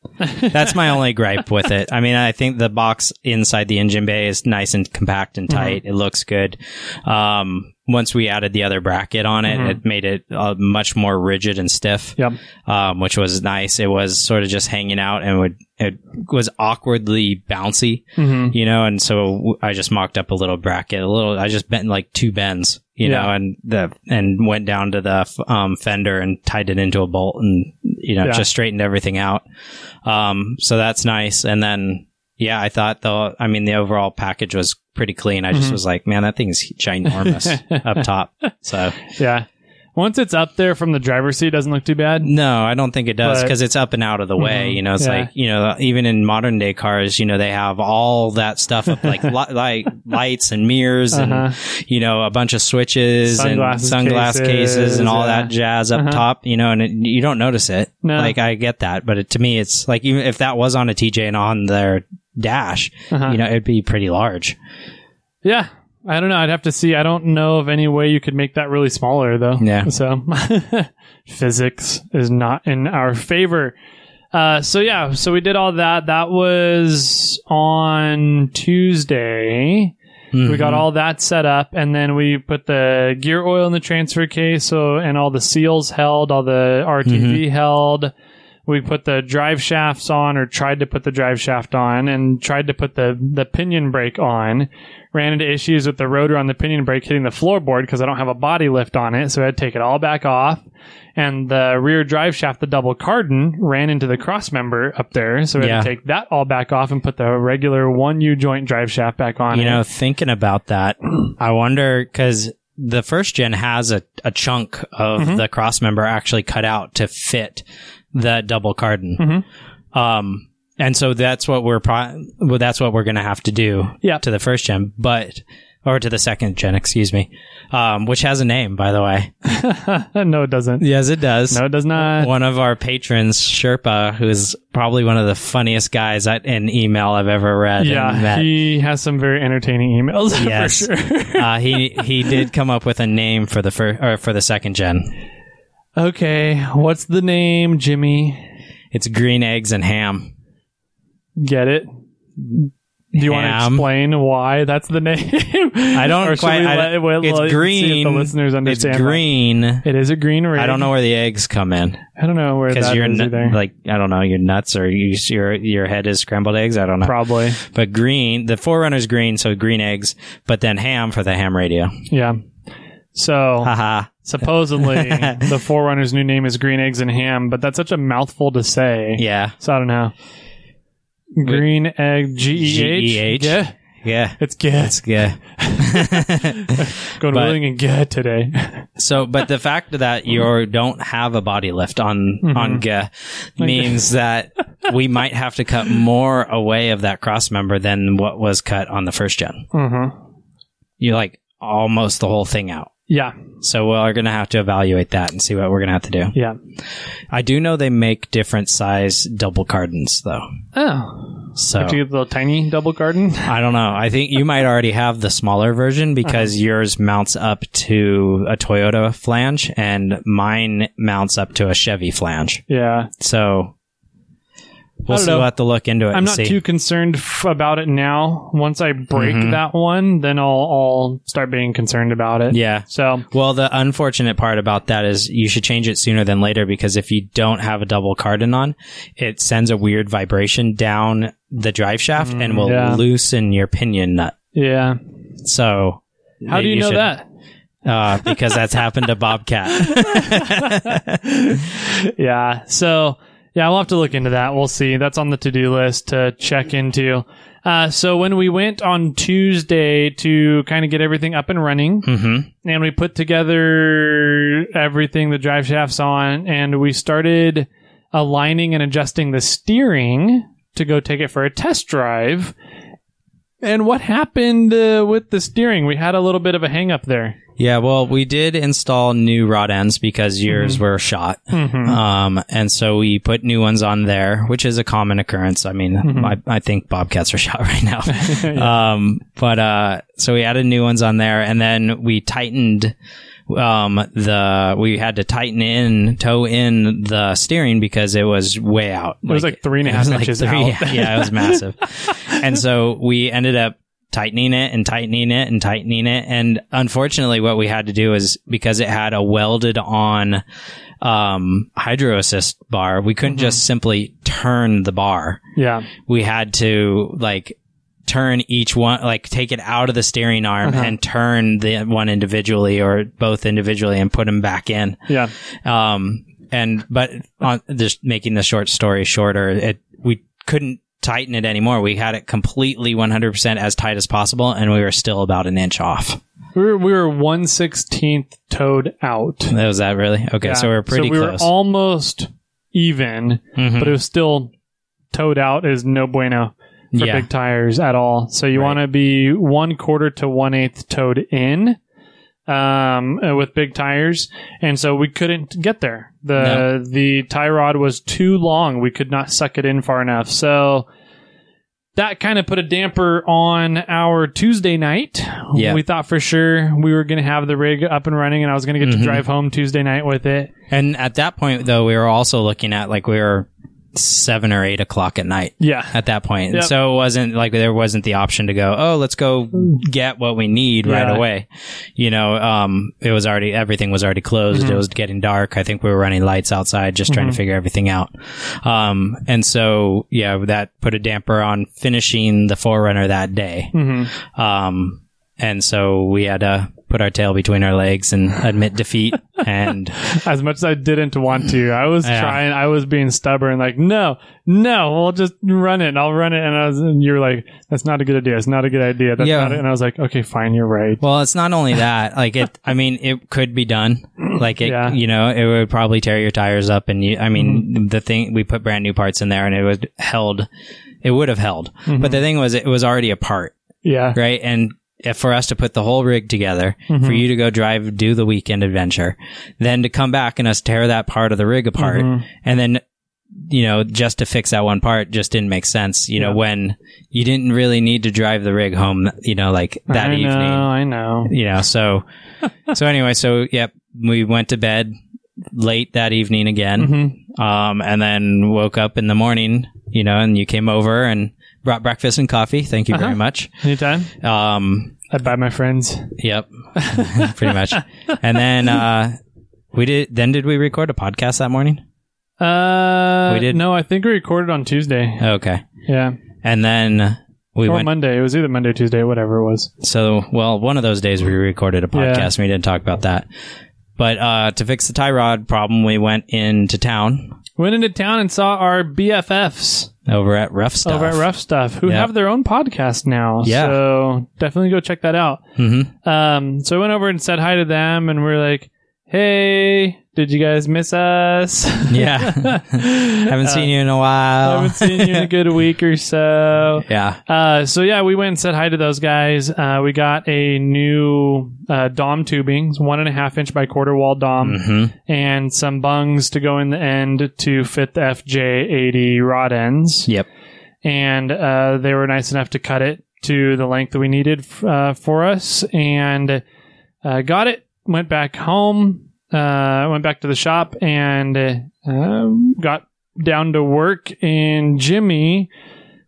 Speaker 2: That's my only gripe with it. I mean, I think the box inside the engine bay is nice and compact and tight. It looks good. Um, once we added the other bracket on it,
Speaker 1: Mhm.
Speaker 2: it made it uh, much more rigid and stiff,
Speaker 1: yep.
Speaker 2: um, which was nice. It was sort of just hanging out and would it was awkwardly bouncy,
Speaker 1: hmm
Speaker 2: you know. And so w- I just mocked up a little bracket, a little. I just bent like two bends, you
Speaker 1: Yeah.
Speaker 2: know, and the and went down to the f- um, fender and tied it into a bolt, and you know,
Speaker 1: Yeah.
Speaker 2: just straightened everything out. Um, so that's nice. And then, yeah, I thought the, I mean, the overall package was pretty clean. I just
Speaker 1: Mhm.
Speaker 2: was like, man, that thing's ginormous up top. So
Speaker 1: Yeah. Once it's up there from the driver's seat, it doesn't look too bad.
Speaker 2: no, I don't think it does
Speaker 1: But-
Speaker 2: because it's up and out of the way.
Speaker 1: Mhm.
Speaker 2: You know, it's
Speaker 1: Yeah.
Speaker 2: like you know, even in modern day cars, you know, they have all that stuff up, like li- like lights and mirrors
Speaker 1: Uh-huh.
Speaker 2: and you know a bunch of switches
Speaker 1: Sunglasses
Speaker 2: and sunglass cases,
Speaker 1: cases,
Speaker 2: and all
Speaker 1: yeah.
Speaker 2: that jazz up
Speaker 1: Uh-huh.
Speaker 2: top. You know, and it, you don't notice it.
Speaker 1: No.
Speaker 2: Like I get that, but it, to me, it's like even if that was on a TJ and on their dash,
Speaker 1: Uh-huh.
Speaker 2: you know, it'd be pretty large.
Speaker 1: Yeah. I don't know. I'd have to see. I don't know of any way you could make that really smaller, though.
Speaker 2: Yeah.
Speaker 1: So physics is not in our favor. Uh, so yeah, so we did all that. That was on Tuesday. We got
Speaker 2: Mm-hmm.
Speaker 1: all that set up, and then we put the gear oil in the transfer case. So and all the seals held, all the RTV
Speaker 2: Mm-hmm.
Speaker 1: held. We put the drive shafts on, or tried to put the drive shaft on, and tried to put the the pinion brake on. Ran into issues with the rotor on the pinion brake hitting the floorboard because I don't have a body lift on it, so I had to take it all back off. And the rear drive shaft, the double cardan, ran into the cross member up there, so we had to
Speaker 2: Yeah.
Speaker 1: take that all back off and put the regular one U joint drive shaft back on.
Speaker 2: You
Speaker 1: it.
Speaker 2: know, thinking about that, I wonder because the first gen has a, a chunk of the cross member actually cut out to fit the double cardan.
Speaker 1: Mhm.
Speaker 2: Um, and so that's what we're pro- well, that's what we're going to have to do
Speaker 1: Yeah.
Speaker 2: to the first gen, but or to the second gen, excuse me, um, which has a name by the way.
Speaker 1: Uh, no, it doesn't.
Speaker 2: Yes, it does.
Speaker 1: No, it does not.
Speaker 2: one of our patrons, Sherpa, who's probably one of the funniest guys I- in email I've ever read. and
Speaker 1: yeah,
Speaker 2: met.
Speaker 1: he has some very entertaining emails
Speaker 2: Yes.
Speaker 1: for sure.
Speaker 2: uh, he he did come up with a name for the first or for the second gen.
Speaker 1: Okay, what's the name, Jimmy?
Speaker 2: It's green eggs and ham.
Speaker 1: Get it? Do you want to
Speaker 2: Ham.
Speaker 1: explain why that's the name?
Speaker 2: I don't
Speaker 1: or should
Speaker 2: quite-
Speaker 1: We
Speaker 2: I-
Speaker 1: let, we'll
Speaker 2: it's
Speaker 1: let- See if
Speaker 2: green.
Speaker 1: the listeners
Speaker 2: It's
Speaker 1: understand. that.
Speaker 2: green.
Speaker 1: It is a green rig.
Speaker 2: I don't know where the eggs come in
Speaker 1: I don't know where
Speaker 2: because
Speaker 1: that
Speaker 2: you're
Speaker 1: is
Speaker 2: nu-
Speaker 1: either.
Speaker 2: like I don't know your nuts or you, your your head is scrambled eggs. I don't know.
Speaker 1: Probably.
Speaker 2: But green, the forerunner's green, so green eggs. But then ham for the ham radio.
Speaker 1: Yeah. So
Speaker 2: Haha.
Speaker 1: supposedly the Forerunner's new name is Green Eggs and Ham, but that's such a mouthful to say.
Speaker 2: Yeah.
Speaker 1: So I don't know. Green egg G E H.
Speaker 2: G-E-H.
Speaker 1: Yeah.
Speaker 2: Yeah.
Speaker 1: It's get.
Speaker 2: That's good.
Speaker 1: Going
Speaker 2: But-
Speaker 1: willing and get today.
Speaker 2: So, but the fact that you don't have a body lift on on Ge means that we might have to cut more away of that cross member than what was cut on the first gen.
Speaker 1: mm-hmm.
Speaker 2: You like almost the whole thing out.
Speaker 1: Yeah.
Speaker 2: So we're going to have to evaluate that and see what we're going to have to do.
Speaker 1: Yeah.
Speaker 2: I do know they make different size double cardons though.
Speaker 1: Oh.
Speaker 2: So
Speaker 1: Do you get the little tiny double garden?
Speaker 2: I don't know. I think you might already have the smaller version because yours mounts up to a Toyota flange and mine mounts up to a Chevy flange.
Speaker 1: Yeah.
Speaker 2: So
Speaker 1: I
Speaker 2: we'll,
Speaker 1: don't
Speaker 2: see, we'll
Speaker 1: know.
Speaker 2: have to look into it.
Speaker 1: I'm
Speaker 2: and
Speaker 1: not
Speaker 2: see.
Speaker 1: too concerned f- about it now. Once I break
Speaker 2: Mhm.
Speaker 1: that one, then I'll, I'll start being concerned about it.
Speaker 2: Yeah.
Speaker 1: So,
Speaker 2: Well, the unfortunate part about that is you should change it sooner than later because if you don't have a double cardan on, it sends a weird vibration down the drive shaft and will
Speaker 1: Mm, yeah.
Speaker 2: loosen your pinion nut.
Speaker 1: yeah.
Speaker 2: So
Speaker 1: How do you, know
Speaker 2: should-
Speaker 1: that?
Speaker 2: Uh, because that's happened to Bobcat.
Speaker 1: Yeah. So, yeah, we'll have to look into that. We'll see. That's on the to do list to check into. Uh, so, when we went on Tuesday to kind of get everything up and running,
Speaker 2: hmm
Speaker 1: and we put together everything the drive shafts on and we started aligning and adjusting the steering to go take it for a test drive And what happened uh, with the steering? We had a little bit of a hang up there.
Speaker 2: Yeah, well, we did install new rod ends because yours
Speaker 1: Mm-hmm.
Speaker 2: were shot. Um, and so we put new ones on there, which is a common occurrence. I mean,
Speaker 1: Mm-hmm.
Speaker 2: I, I think bobcats are shot right now. Um, but, uh, so we added new ones on there and then we tightened, um, the, we had to tighten in, toe in the steering because it was way out.
Speaker 1: It was like three and a
Speaker 2: it
Speaker 1: half
Speaker 2: was like
Speaker 1: inches
Speaker 2: three-
Speaker 1: out.
Speaker 2: yeah, it was massive. and so we ended up tightening it and tightening it and tightening it. And unfortunately, what we had to do is because it had a welded on um, hydro assist bar, we
Speaker 1: Mm-hmm.
Speaker 2: couldn't just simply turn the bar.
Speaker 1: Yeah.
Speaker 2: We had to like turn each one, like take it out of the steering arm
Speaker 1: Uh-huh.
Speaker 2: and turn the one individually or both individually and put them back in.
Speaker 1: Yeah.
Speaker 2: Um, and but on just making the short story shorter, it we couldn't tighten it anymore. We had it completely 100% as tight as possible, and we were still about an inch off.
Speaker 1: We were, we were 116th toed out.
Speaker 2: That was that really okay.
Speaker 1: Yeah.
Speaker 2: So we were pretty
Speaker 1: we
Speaker 2: close.
Speaker 1: were almost even,
Speaker 2: Mhm.
Speaker 1: but it was still towed out is no bueno for
Speaker 2: yeah,
Speaker 1: big tires at all. So you
Speaker 2: Right.
Speaker 1: want to be one quarter to one eighth towed in um, uh, with big tires, and so we couldn't get there. the The tie rod was too long. We could not suck it in far enough. So. That kind of put a damper on our Tuesday night.
Speaker 2: Yeah.
Speaker 1: We thought for sure we were going to have the rig up and running and I was going to get
Speaker 2: Mhm.
Speaker 1: to drive home Tuesday night with it.
Speaker 2: and at that point though, we were also looking at like we were seven or eight o'clock at night.
Speaker 1: Yeah.
Speaker 2: At that point,
Speaker 1: Yep.
Speaker 2: and so it wasn't like there wasn't the option to go. Oh, let's go get what we need
Speaker 1: Hmm. Yeah.
Speaker 2: right away. You know, um, it was already everything was already closed.
Speaker 1: Mm-hmm.
Speaker 2: It was getting dark. I think we were running lights outside, just trying to figure everything out. Um, and so yeah, that put a damper on finishing the Forerunner that day.
Speaker 1: hmm
Speaker 2: Um, and so we had to put our tail between our legs and admit defeat. And
Speaker 1: as much as I didn't want to. I was
Speaker 2: Yeah.
Speaker 1: trying. I was being stubborn. Like, no, no, we'll just run it. I'll run it. And I was, and you were like, that's not a good idea. It's not a good idea. That's
Speaker 2: Yeah.
Speaker 1: not it. And I was like, okay, fine, you're right.
Speaker 2: Well, it's not only that. Like it, I mean, it could be done. Like it,
Speaker 1: Yeah. Mm-hmm.
Speaker 2: you know, it would probably tear your tires up. And you, I mean, the thing we put brand new parts in there, and it was held. It would have held, but the thing was, it was already apart,
Speaker 1: Mm-hmm. Yeah, Mm-hmm.
Speaker 2: right? And if for us to put the whole rig together, for you to go drive, do the weekend adventure, then to come back and us tear that part of the rig apart,
Speaker 1: Mm-hmm.
Speaker 2: and then. You know, just to fix that one part just didn't make sense. You know,
Speaker 1: Yeah.
Speaker 2: when you didn't really need to drive the rig home, you know, like that
Speaker 1: I
Speaker 2: evening
Speaker 1: know. I know.
Speaker 2: you know so so anyway so yep we went to bed late that evening again
Speaker 1: hmm
Speaker 2: um and then woke up in the morning you know and you came over and brought breakfast and coffee thank
Speaker 1: Uh-huh.
Speaker 2: you very much
Speaker 1: Anytime
Speaker 2: um
Speaker 1: I buy my friends.
Speaker 2: yep pretty much and then uh we did then did we record a podcast that morning
Speaker 1: Uh,
Speaker 2: We did-
Speaker 1: No, I think we recorded on Tuesday.
Speaker 2: okay
Speaker 1: Yeah,
Speaker 2: and then we
Speaker 1: or
Speaker 2: went
Speaker 1: Monday. It was either Monday, or Tuesday, whatever it was.
Speaker 2: So, well, one of those days we recorded a podcast
Speaker 1: Yeah.
Speaker 2: and we didn't talk about that. But uh, to fix the tie rod problem, we went into town
Speaker 1: Went into town and saw our BFFs
Speaker 2: over at Rough Stuff.
Speaker 1: over at Rough Stuff, who
Speaker 2: Yeah.
Speaker 1: have their own podcast now.
Speaker 2: Yeah.
Speaker 1: so definitely go check that out.
Speaker 2: hmm
Speaker 1: Um, so I went over and said hi to them, and we are like, "Hey, did you guys miss us?
Speaker 2: Yeah. haven't seen you in a while.
Speaker 1: haven't seen you in a good week or so."
Speaker 2: yeah.
Speaker 1: Uh, so yeah, we went and said hi to those guys. Uh, we got a new uh, dom tubing, it's one and a half inch by quarter wall dom,
Speaker 2: hmm
Speaker 1: and some bungs to go in the end to fit the FJ80 rod ends
Speaker 2: Yep.
Speaker 1: and uh, they were nice enough to cut it to the length that we needed f- uh, for us and uh, got it went back home uh, went back to the shop and uh, got down to work and jimmy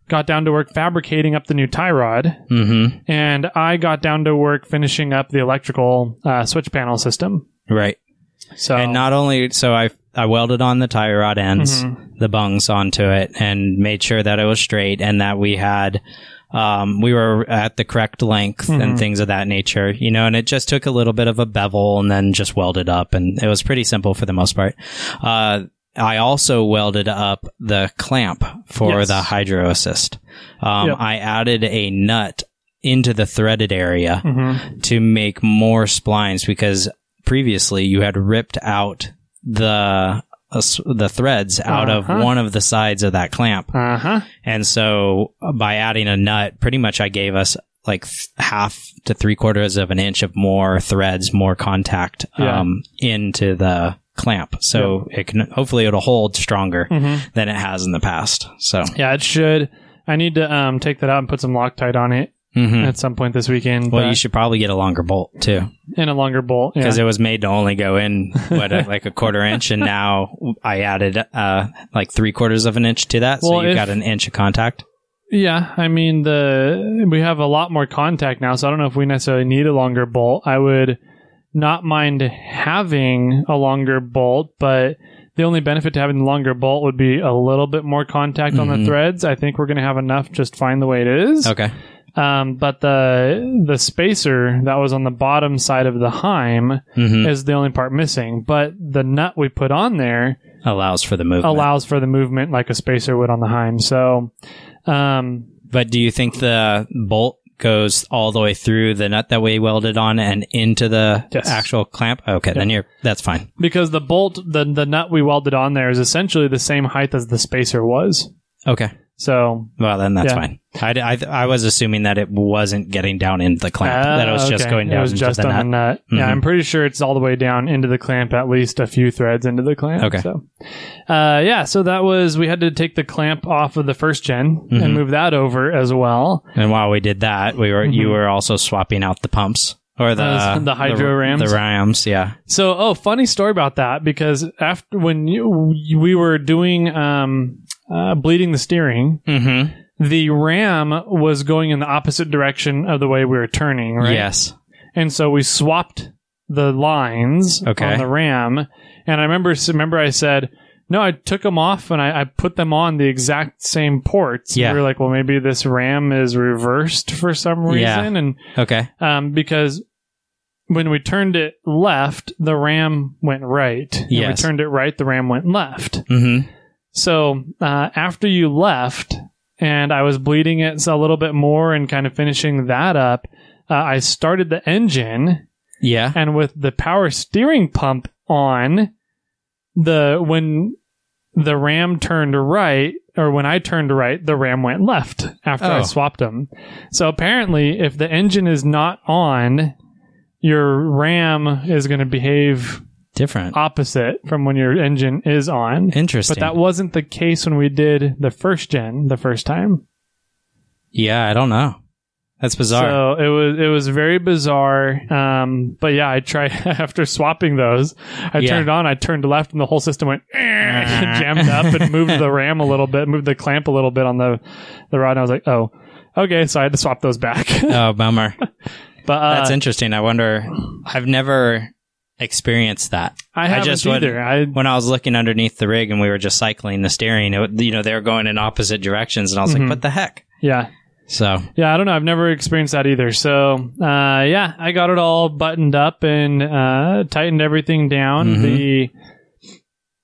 Speaker 1: got down to work fabricating up the new tie rod
Speaker 2: hmm
Speaker 1: and i got down to work finishing up the electrical uh, switch panel system
Speaker 2: Right.
Speaker 1: so
Speaker 2: And not only so I I welded on the tie rod ends,
Speaker 1: Mm-hmm.
Speaker 2: the bungs onto it, and made sure that it was straight and that we had um, we were at the correct length
Speaker 1: Mm-hmm.
Speaker 2: and things of that nature, you know. And it just took a little bit of a bevel and then just welded up, and it was pretty simple for the most part. Uh, I also welded up the clamp for
Speaker 1: Yes.
Speaker 2: the hydro assist. Um,
Speaker 1: Yep.
Speaker 2: I added a nut into the threaded area
Speaker 1: Mhm.
Speaker 2: to make more splines because previously you had ripped out the a s the threads out
Speaker 1: Uh-huh.
Speaker 2: of one of the sides of that clamp.
Speaker 1: Uh huh.
Speaker 2: And so uh, by adding a nut, pretty much I gave us like th- half to three quarters of an inch of more threads, more contact
Speaker 1: Yeah.
Speaker 2: um, into the clamp. So it can hopefully it'll hold stronger
Speaker 1: Hmm.
Speaker 2: than it has in the past. So
Speaker 1: mm-hmm. Yeah, it should. I need to um, take that out and put some Loctite on it
Speaker 2: mhm.
Speaker 1: at some point this weekend.
Speaker 2: well,
Speaker 1: but-
Speaker 2: you should probably get a longer bolt too
Speaker 1: and a longer bolt. Yeah.
Speaker 2: because it was made to only go in what a, like a quarter inch, and now I added uh, like three quarters of an inch to that, so
Speaker 1: Well,
Speaker 2: you
Speaker 1: if-
Speaker 2: got an inch of contact.
Speaker 1: yeah, I mean the we have a lot more contact now, so I don't know if we necessarily need a longer bolt. I would not mind having a longer bolt, but the only benefit to having the longer bolt would be a little bit more contact on the
Speaker 2: Mhm.
Speaker 1: threads. I think we're going to have enough just fine the way it is.
Speaker 2: Okay.
Speaker 1: Um, but the the spacer that was on the bottom side of the Heim
Speaker 2: hmm
Speaker 1: is the only part missing. But the nut we put on there
Speaker 2: Allows for the movement.
Speaker 1: allows for the movement like a spacer would on the Heim. So, um,
Speaker 2: But do you think the bolt goes all the way through the nut that we welded on and into the
Speaker 1: Yes.
Speaker 2: actual clamp? Okay, then you're that's fine.
Speaker 1: because the bolt, the the nut we welded on there is essentially the same height as the spacer was.
Speaker 2: Okay.
Speaker 1: So
Speaker 2: Well, then that's
Speaker 1: Yeah.
Speaker 2: fine. I, d- I th- I was assuming that it wasn't getting down into the clamp.
Speaker 1: Ah,
Speaker 2: that it was just
Speaker 1: okay.
Speaker 2: going down
Speaker 1: It was
Speaker 2: into
Speaker 1: just
Speaker 2: the
Speaker 1: on
Speaker 2: nut.
Speaker 1: the nut. Yeah,
Speaker 2: Mhm.
Speaker 1: I'm pretty sure it's all the way down into the clamp, at least a few threads into the clamp.
Speaker 2: Okay.
Speaker 1: So, uh, yeah, so that was we had to take the clamp off of the first gen and
Speaker 2: Mhm.
Speaker 1: move that over as well.
Speaker 2: and while we did that, we were you
Speaker 1: Mhm.
Speaker 2: were also swapping out the pumps or the
Speaker 1: Uh, the hydro rams?
Speaker 2: The rams, yeah.
Speaker 1: So, oh, funny story about that because after when you, we were doing um, uh, bleeding the steering,
Speaker 2: Mm-hmm.
Speaker 1: the ram was going in the opposite direction of the way we were turning, right?
Speaker 2: Yes.
Speaker 1: and so we swapped the lines
Speaker 2: Okay.
Speaker 1: on the RAM. And I remember, remember I said, no, I took them off and I, I put them on the exact same ports.
Speaker 2: Yeah.
Speaker 1: We were like, well, maybe this RAM is reversed for some reason.
Speaker 2: Yeah.
Speaker 1: And
Speaker 2: Okay.
Speaker 1: um, because when we turned it left, the RAM went right. And
Speaker 2: Yes.
Speaker 1: we turned it right, the RAM went left.
Speaker 2: Mm-hmm.
Speaker 1: So uh, after you left, and I was bleeding it a little bit more and kind of finishing that up, uh, I started the engine,
Speaker 2: Yeah.
Speaker 1: and with the power steering pump on, the when the ram turned right, or when I turned right, the ram went left after I
Speaker 2: Oh.
Speaker 1: swapped them. So apparently, if the engine is not on, your ram is going to behave
Speaker 2: Different.
Speaker 1: opposite from when your engine is on.
Speaker 2: Interesting.
Speaker 1: But that wasn't the case when we did the first gen the first time.
Speaker 2: yeah, I don't know. That's bizarre.
Speaker 1: So it was it was very bizarre. Um, but yeah, I tried after swapping those. I
Speaker 2: Yeah.
Speaker 1: turned it on, I turned left, and the whole system went "Eh," jammed up and moved the ram a little bit, moved the clamp a little bit on the the rod. And I was like, oh, okay. So I had to swap those back.
Speaker 2: oh, bummer.
Speaker 1: but uh,
Speaker 2: That's interesting. I wonder. I've never experienced that.
Speaker 1: I haven't
Speaker 2: just would-
Speaker 1: either. I
Speaker 2: When I was looking underneath the rig and we were just cycling the steering, it, you know, they were going in opposite directions, and I was
Speaker 1: Mhm.
Speaker 2: like, "What the heck?"
Speaker 1: yeah
Speaker 2: So
Speaker 1: yeah. I don't know. I've never experienced that either. So uh, yeah, I got it all buttoned up and uh, tightened everything down.
Speaker 2: Mhm.
Speaker 1: The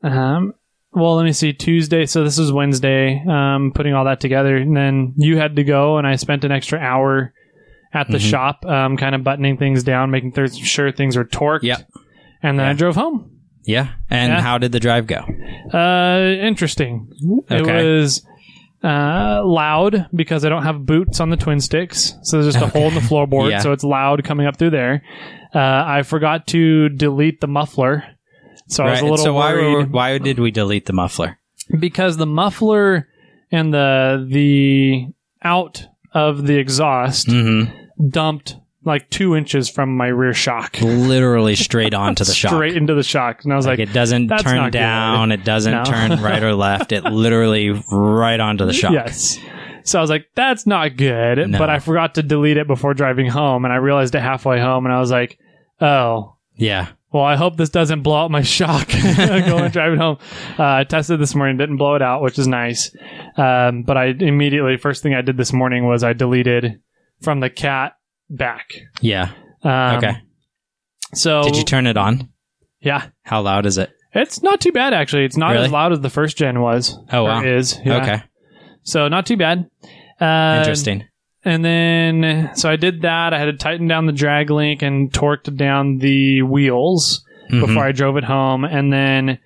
Speaker 1: Um, well, let me see. Tuesday, so this is Wednesday. Um, putting all that together, and then you had to go, and I spent an extra hour at the
Speaker 2: Mhm.
Speaker 1: shop, um, kind of buttoning things down, making th- sure things were torqued.
Speaker 2: Yep.
Speaker 1: And then I
Speaker 2: Yeah.
Speaker 1: drove home.
Speaker 2: yeah. And
Speaker 1: Yeah.
Speaker 2: how did the drive go?
Speaker 1: Uh, interesting.
Speaker 2: Okay.
Speaker 1: It was uh, loud because I don't have boots on the twin sticks, so there's just a hole in the floorboard,
Speaker 2: Yeah.
Speaker 1: so it's loud coming up through there. Uh, I forgot to delete the muffler, so I was a little
Speaker 2: so why
Speaker 1: worried.
Speaker 2: were, why did we delete the muffler?
Speaker 1: because the muffler and the the out of the exhaust
Speaker 2: Mm-hmm.
Speaker 1: dumped like two inches from my rear shock,
Speaker 2: Literally straight onto the shock.
Speaker 1: straight into the shock, and I was
Speaker 2: like,
Speaker 1: like,
Speaker 2: it doesn't
Speaker 1: "That's not
Speaker 2: turn
Speaker 1: good."
Speaker 2: down. It doesn't
Speaker 1: No.
Speaker 2: turn right or left. It literally right onto the shock.
Speaker 1: yes. So I was like, that's not good.
Speaker 2: No.
Speaker 1: But I forgot to delete it before driving home, and I realized it halfway home, and I was like, oh.
Speaker 2: Yeah.
Speaker 1: Well, I hope this doesn't blow out my shock going driving home. Uh, I tested this morning, didn't blow it out, which is nice. Um, but I immediately, first thing I did this morning was I deleted from the cat back.
Speaker 2: Yeah.
Speaker 1: Um, oh.
Speaker 2: Okay.
Speaker 1: So
Speaker 2: did you turn it on?
Speaker 1: yeah,
Speaker 2: How loud is it?
Speaker 1: it's not too bad actually. It's not
Speaker 2: Really?
Speaker 1: as loud as the first gen was.
Speaker 2: Oh, wow.
Speaker 1: Or is yeah.
Speaker 2: Okay.
Speaker 1: So not too bad. Uh,
Speaker 2: Interesting.
Speaker 1: And then so I did that. I had to tighten down the drag link and torqued down the wheels
Speaker 2: Mhm.
Speaker 1: before I drove it home, and then.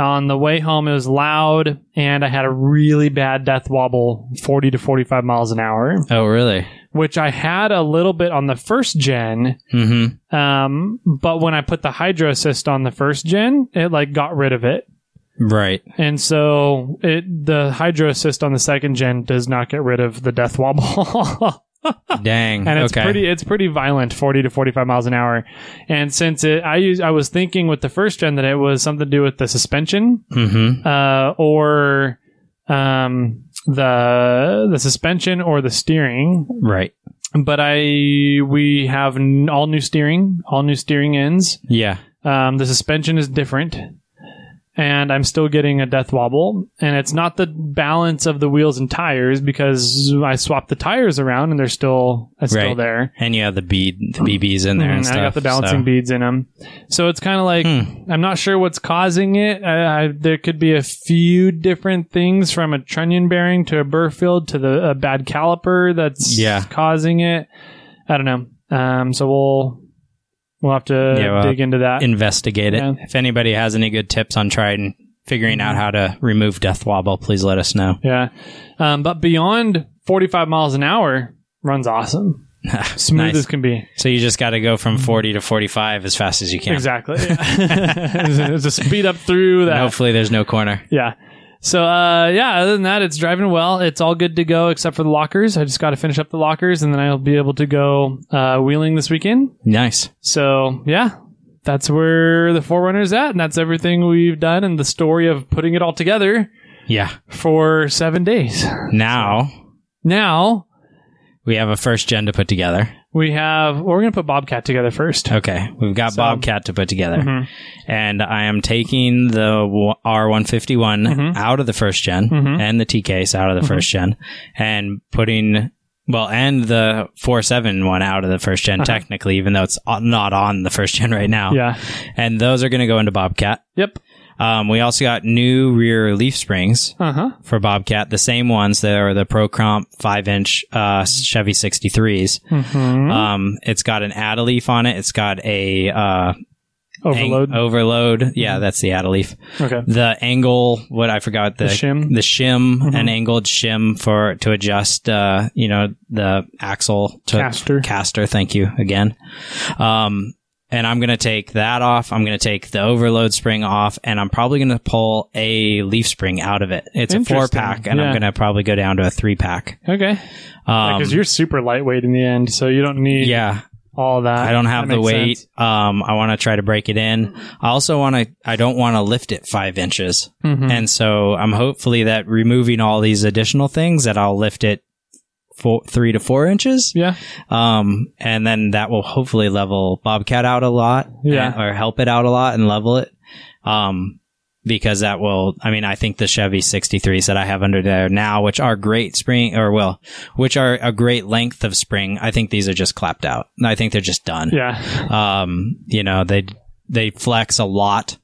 Speaker 1: On the way home, it was loud, and I had a really bad death wobble, 40 to 45 miles an hour,
Speaker 2: Oh, really?
Speaker 1: which I had a little bit on the first gen.
Speaker 2: Mm-hmm.
Speaker 1: Um, but when I put the Hydro Assist on the first gen, it like got rid of it.
Speaker 2: Right.
Speaker 1: And so it the Hydro Assist on the second gen does not get rid of the death wobble.
Speaker 2: Dang.
Speaker 1: and it's
Speaker 2: okay.
Speaker 1: pretty it's pretty violent 40 to 45 miles an hour and since it i use i was thinking with the first gen that it was something to do with the suspension
Speaker 2: Mm-hmm.
Speaker 1: uh or um the the suspension or the steering
Speaker 2: Right.
Speaker 1: but i we have n- all new steering all new steering ends
Speaker 2: Yeah.
Speaker 1: um the suspension is different and I'm still getting a death wobble, and it's not the balance of the wheels and tires because I swapped the tires around and they're still it's still
Speaker 2: Right.
Speaker 1: there.
Speaker 2: And you have the bead, the BBs in there and
Speaker 1: Mhm,
Speaker 2: stuff.
Speaker 1: I got the balancing
Speaker 2: so- Hmm.
Speaker 1: beads in them. So it's kind of like I'm not sure what's causing it. I, I, there could be a few different things from a trunnion bearing to a Burfield to the a bad caliper that's
Speaker 2: Yeah.
Speaker 1: causing it. I don't know. Um, so we'll we'll have to
Speaker 2: Yeah, well,
Speaker 1: dig into that.
Speaker 2: Investigate it.
Speaker 1: Yeah. Mm-hmm.
Speaker 2: If anybody has any good tips on trying figuring out how to remove death wobble, please let us know.
Speaker 1: yeah, um, but beyond 45 miles an hour runs awesome, smooth
Speaker 2: Nice.
Speaker 1: as can be.
Speaker 2: So you just got to go from 40 to 45 as fast as you can.
Speaker 1: Exactly. There's a speed up through
Speaker 2: And
Speaker 1: that.
Speaker 2: hopefully there's no corner.
Speaker 1: Yeah. So uh, yeah, other than that, it's driving well. It's all good to go except for the lockers. I just got to finish up the lockers, and then I'll be able to go uh, wheeling this weekend.
Speaker 2: Nice.
Speaker 1: So yeah, that's where the Forerunner's at, and that's everything we've done and the story of putting it all together
Speaker 2: Yeah.
Speaker 1: for seven days.
Speaker 2: Now
Speaker 1: Now
Speaker 2: we have a first gen to put together.
Speaker 1: we have. Well, we're gonna put Bobcat together first.
Speaker 2: Okay. We've got
Speaker 1: So-
Speaker 2: Bobcat to put together.
Speaker 1: Mhm.
Speaker 2: And I am taking the w- R151
Speaker 1: Mhm.
Speaker 2: out of the first general
Speaker 1: Mhm.
Speaker 2: and the T case out of the
Speaker 1: Mhm.
Speaker 2: first gen and putting, well, and the 47 one out of the first gen,
Speaker 1: Uh-huh.
Speaker 2: technically, even though it's o- not on the first gen right now.
Speaker 1: Yeah.
Speaker 2: And those are going to go into Bobcat.
Speaker 1: Yep.
Speaker 2: Um, we also got new rear leaf springs
Speaker 1: Uh huh.
Speaker 2: for Bobcat, the same ones that are the Pro Comp 5 inch uh, Chevy 63s.
Speaker 1: Mm-hmm.
Speaker 2: Um, it's got an add leaf on it. It's got a uh, ang-
Speaker 1: Overload. Hmm.
Speaker 2: overload. Yeah, that's the add leaf.
Speaker 1: okay.
Speaker 2: The angle, what I forgot the,
Speaker 1: The shim?
Speaker 2: the shim,
Speaker 1: Mhm.
Speaker 2: an angled shim for to adjust, uh, you know, the axle to
Speaker 1: Caster.
Speaker 2: caster. Thank you again. Um, and I'm going to take that off. I'm going to take the overload spring off and I'm probably going to pull a leaf spring out of it. It's a
Speaker 1: Interesting.
Speaker 2: four pack and
Speaker 1: Yeah.
Speaker 2: I'm going to probably go down to a three pack.
Speaker 1: Okay.
Speaker 2: Um,
Speaker 1: Because you're super lightweight in the end, so you don't need
Speaker 2: yeah,
Speaker 1: all that.
Speaker 2: I don't have
Speaker 1: That
Speaker 2: the
Speaker 1: makes
Speaker 2: weight.
Speaker 1: sense.
Speaker 2: Um, I want to try to break it in. I also want to, I don't want to lift it five inches.
Speaker 1: Mhm.
Speaker 2: And so I'm hopefully that removing all these additional things that I'll lift it four, three to four inches.
Speaker 1: Yeah.
Speaker 2: Um, and then that will hopefully level Bobcat out a lot
Speaker 1: Yeah.
Speaker 2: uh, or help it out a lot and level it. Um, because that will, I mean, I think the Chevy 63s that I have under there now, which are great spring or well, which are a great length of spring. I think these are just clapped out. I think they're just done
Speaker 1: Yeah.
Speaker 2: um, you know they they flex a lot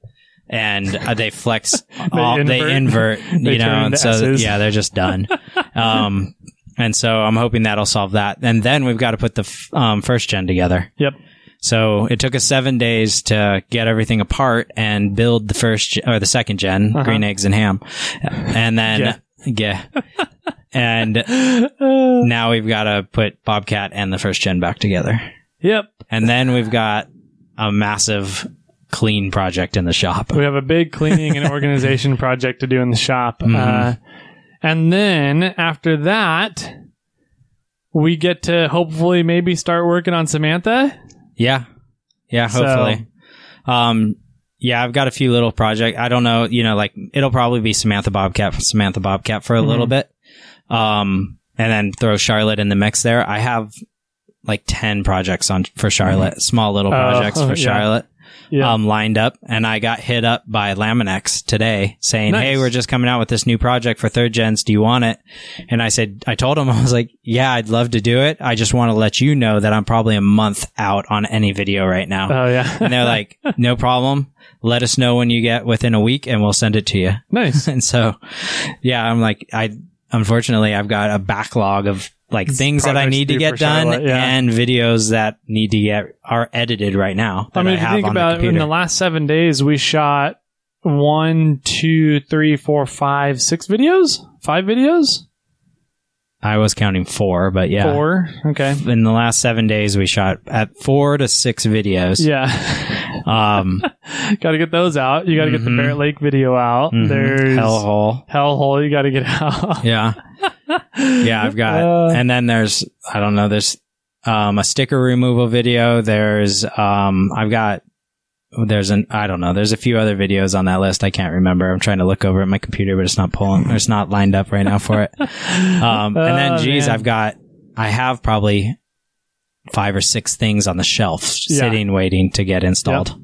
Speaker 2: and uh, they flex all,
Speaker 1: invert.
Speaker 2: they invert
Speaker 1: They
Speaker 2: you know
Speaker 1: turn
Speaker 2: and
Speaker 1: into
Speaker 2: so
Speaker 1: S's.
Speaker 2: yeah they're just done um, and so i'm hoping that'll solve that and then we've got to put the f- um, first gen together
Speaker 1: Yep.
Speaker 2: so it took us seven days to get everything apart and build the first gen, or the second gen
Speaker 1: Uh-huh.
Speaker 2: green eggs and ham and then yeah and
Speaker 1: Uh,
Speaker 2: now we've got to put bobcat and the first gen back together
Speaker 1: yep.
Speaker 2: and then we've got a massive clean project in the shop.
Speaker 1: We have a big cleaning and organization project to do in the shop. Uh,
Speaker 2: Mhm.
Speaker 1: and then after that, we get to hopefully maybe start working on Samantha.
Speaker 2: Yeah. Yeah,
Speaker 1: So-
Speaker 2: hopefully. Um yeah, I've got a few little project. I don't know, you know, like it'll probably be Samantha Bobcat Samantha Bobcat for a
Speaker 1: Mhm.
Speaker 2: little bit. Um and then throw Charlotte in the mix there. I have like 10 projects on for Charlotte, small little
Speaker 1: Oh,
Speaker 2: projects
Speaker 1: yeah.
Speaker 2: for Charlotte.
Speaker 1: Yeah.
Speaker 2: um, lined up, and I got hit up by Laminex today saying,
Speaker 1: Nice.
Speaker 2: "Hey, we're just coming out with this new project for third gens. Do you want it?" And I said, "I told him I was like, yeah, I'd love to do it. I just want to let you know that I'm probably a month out on any video right now."
Speaker 1: oh yeah.
Speaker 2: and they're like, "No problem. Let us know when you get within a week, and we'll send it to you."
Speaker 1: nice.
Speaker 2: And so, yeah, I'm like, I unfortunately I've got a backlog of like things that I
Speaker 1: projects
Speaker 2: need
Speaker 1: due
Speaker 2: to
Speaker 1: for
Speaker 2: get done
Speaker 1: Charlotte, yeah.
Speaker 2: and videos that need to get are edited right now.
Speaker 1: I
Speaker 2: that
Speaker 1: mean, if you
Speaker 2: have
Speaker 1: think
Speaker 2: on
Speaker 1: about
Speaker 2: the
Speaker 1: it, in
Speaker 2: computer.
Speaker 1: the last seven days, we shot one, two, three, four, five, six videos? Five videos?
Speaker 2: I was counting four, but yeah.
Speaker 1: Four. Okay.
Speaker 2: In the last seven days, we shot at four to six videos.
Speaker 1: Yeah.
Speaker 2: Um,
Speaker 1: got to get those out. You got to get the
Speaker 2: Mhm.
Speaker 1: Barrett Lake video out.
Speaker 2: mhm,
Speaker 1: There's
Speaker 2: hellhole.
Speaker 1: Hellhole you got to get out.
Speaker 2: Yeah, yeah. I've got,
Speaker 1: Uh,
Speaker 2: and then there's I don't know. There's um, a sticker removal video. There's um, I've got there's an I don't know. There's a few other videos on that list. I can't remember. I'm trying to look over at my computer, but it's not pulling. It's not lined up right now for it. Um, and
Speaker 1: Oh,
Speaker 2: then, geez,
Speaker 1: man.
Speaker 2: I've got, I have probably five or six things on the shelf
Speaker 1: Yeah.
Speaker 2: sitting, waiting to get installed.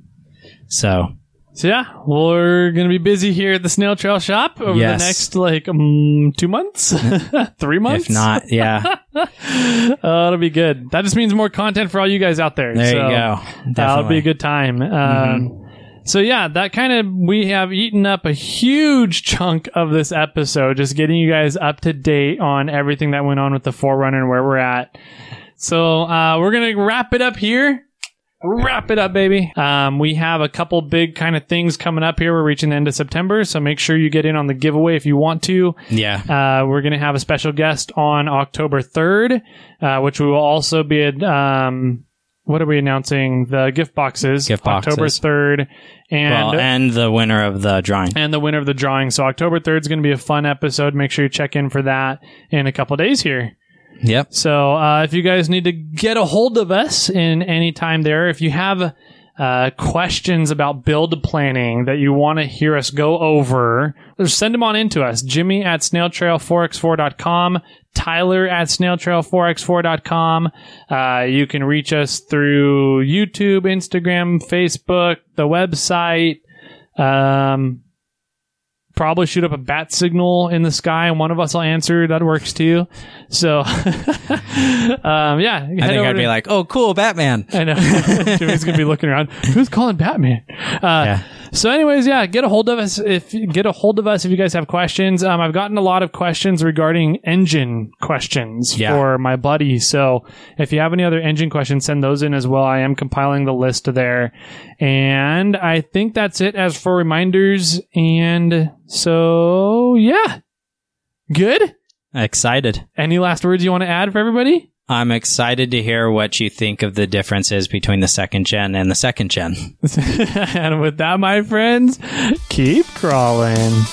Speaker 2: So,
Speaker 1: So yeah, we're gonna be busy here at the Snail Trail Shop over
Speaker 2: Yes.
Speaker 1: the next like um, two months, three months.
Speaker 2: if not, yeah,
Speaker 1: uh, it'll be good. That just means more content for all you guys out there.
Speaker 2: there
Speaker 1: so
Speaker 2: you go.
Speaker 1: That'll be
Speaker 2: Definitely.
Speaker 1: a good time. Um, So yeah, that kind of we have eaten up a huge chunk of this episode, just getting you guys up to date on everything that went on with the Forerunner and where we're at. So uh, we're gonna wrap it up here. Wrap it up, baby. Um, we have a couple big kind of things coming up here. We're reaching the end of September, so make sure you get in on the giveaway if you want to.
Speaker 2: Yeah.
Speaker 1: Uh, we're going to have a special guest on October 3rd, uh, which we will also be at. Um, what are we announcing? The gift boxes.
Speaker 2: Gift boxes.
Speaker 1: October 3rd. And. uh,
Speaker 2: well, and the winner of the drawing.
Speaker 1: and the winner of the drawing. So October 3rd is going to be a fun episode. Make sure you check in for that in a couple days here.
Speaker 2: Yep.
Speaker 1: So uh, if you guys need to get a hold of us in any time there, if you have uh, questions about build planning that you want to hear us go over, just send them on into us. Jimmy at snailtrail4x4.com, Tyler at snailtrail4x4.com. Uh, you can reach us through YouTube, Instagram, Facebook, the website. Um, probably shoot up a bat signal in the sky and one of us will answer. That works too. So, um, yeah.
Speaker 2: I think I'd be like, oh, cool, Batman.
Speaker 1: I know. Jimmy's gonna be looking around. Who's calling Batman? Uh, So, anyways, yeah, get a hold of us if get a hold of us if you guys have questions. Um, I've gotten a lot of questions regarding engine questions
Speaker 2: Yeah.
Speaker 1: for my buddy. So, if you have any other engine questions, send those in as well. I am compiling the list there, and I think that's it as for reminders. And so, yeah, good.
Speaker 2: Excited.
Speaker 1: Any last words you want to add for everybody?
Speaker 2: I'm excited to hear what you think of the differences between the second gen and the second gen.
Speaker 1: and with that, my friends, keep crawling.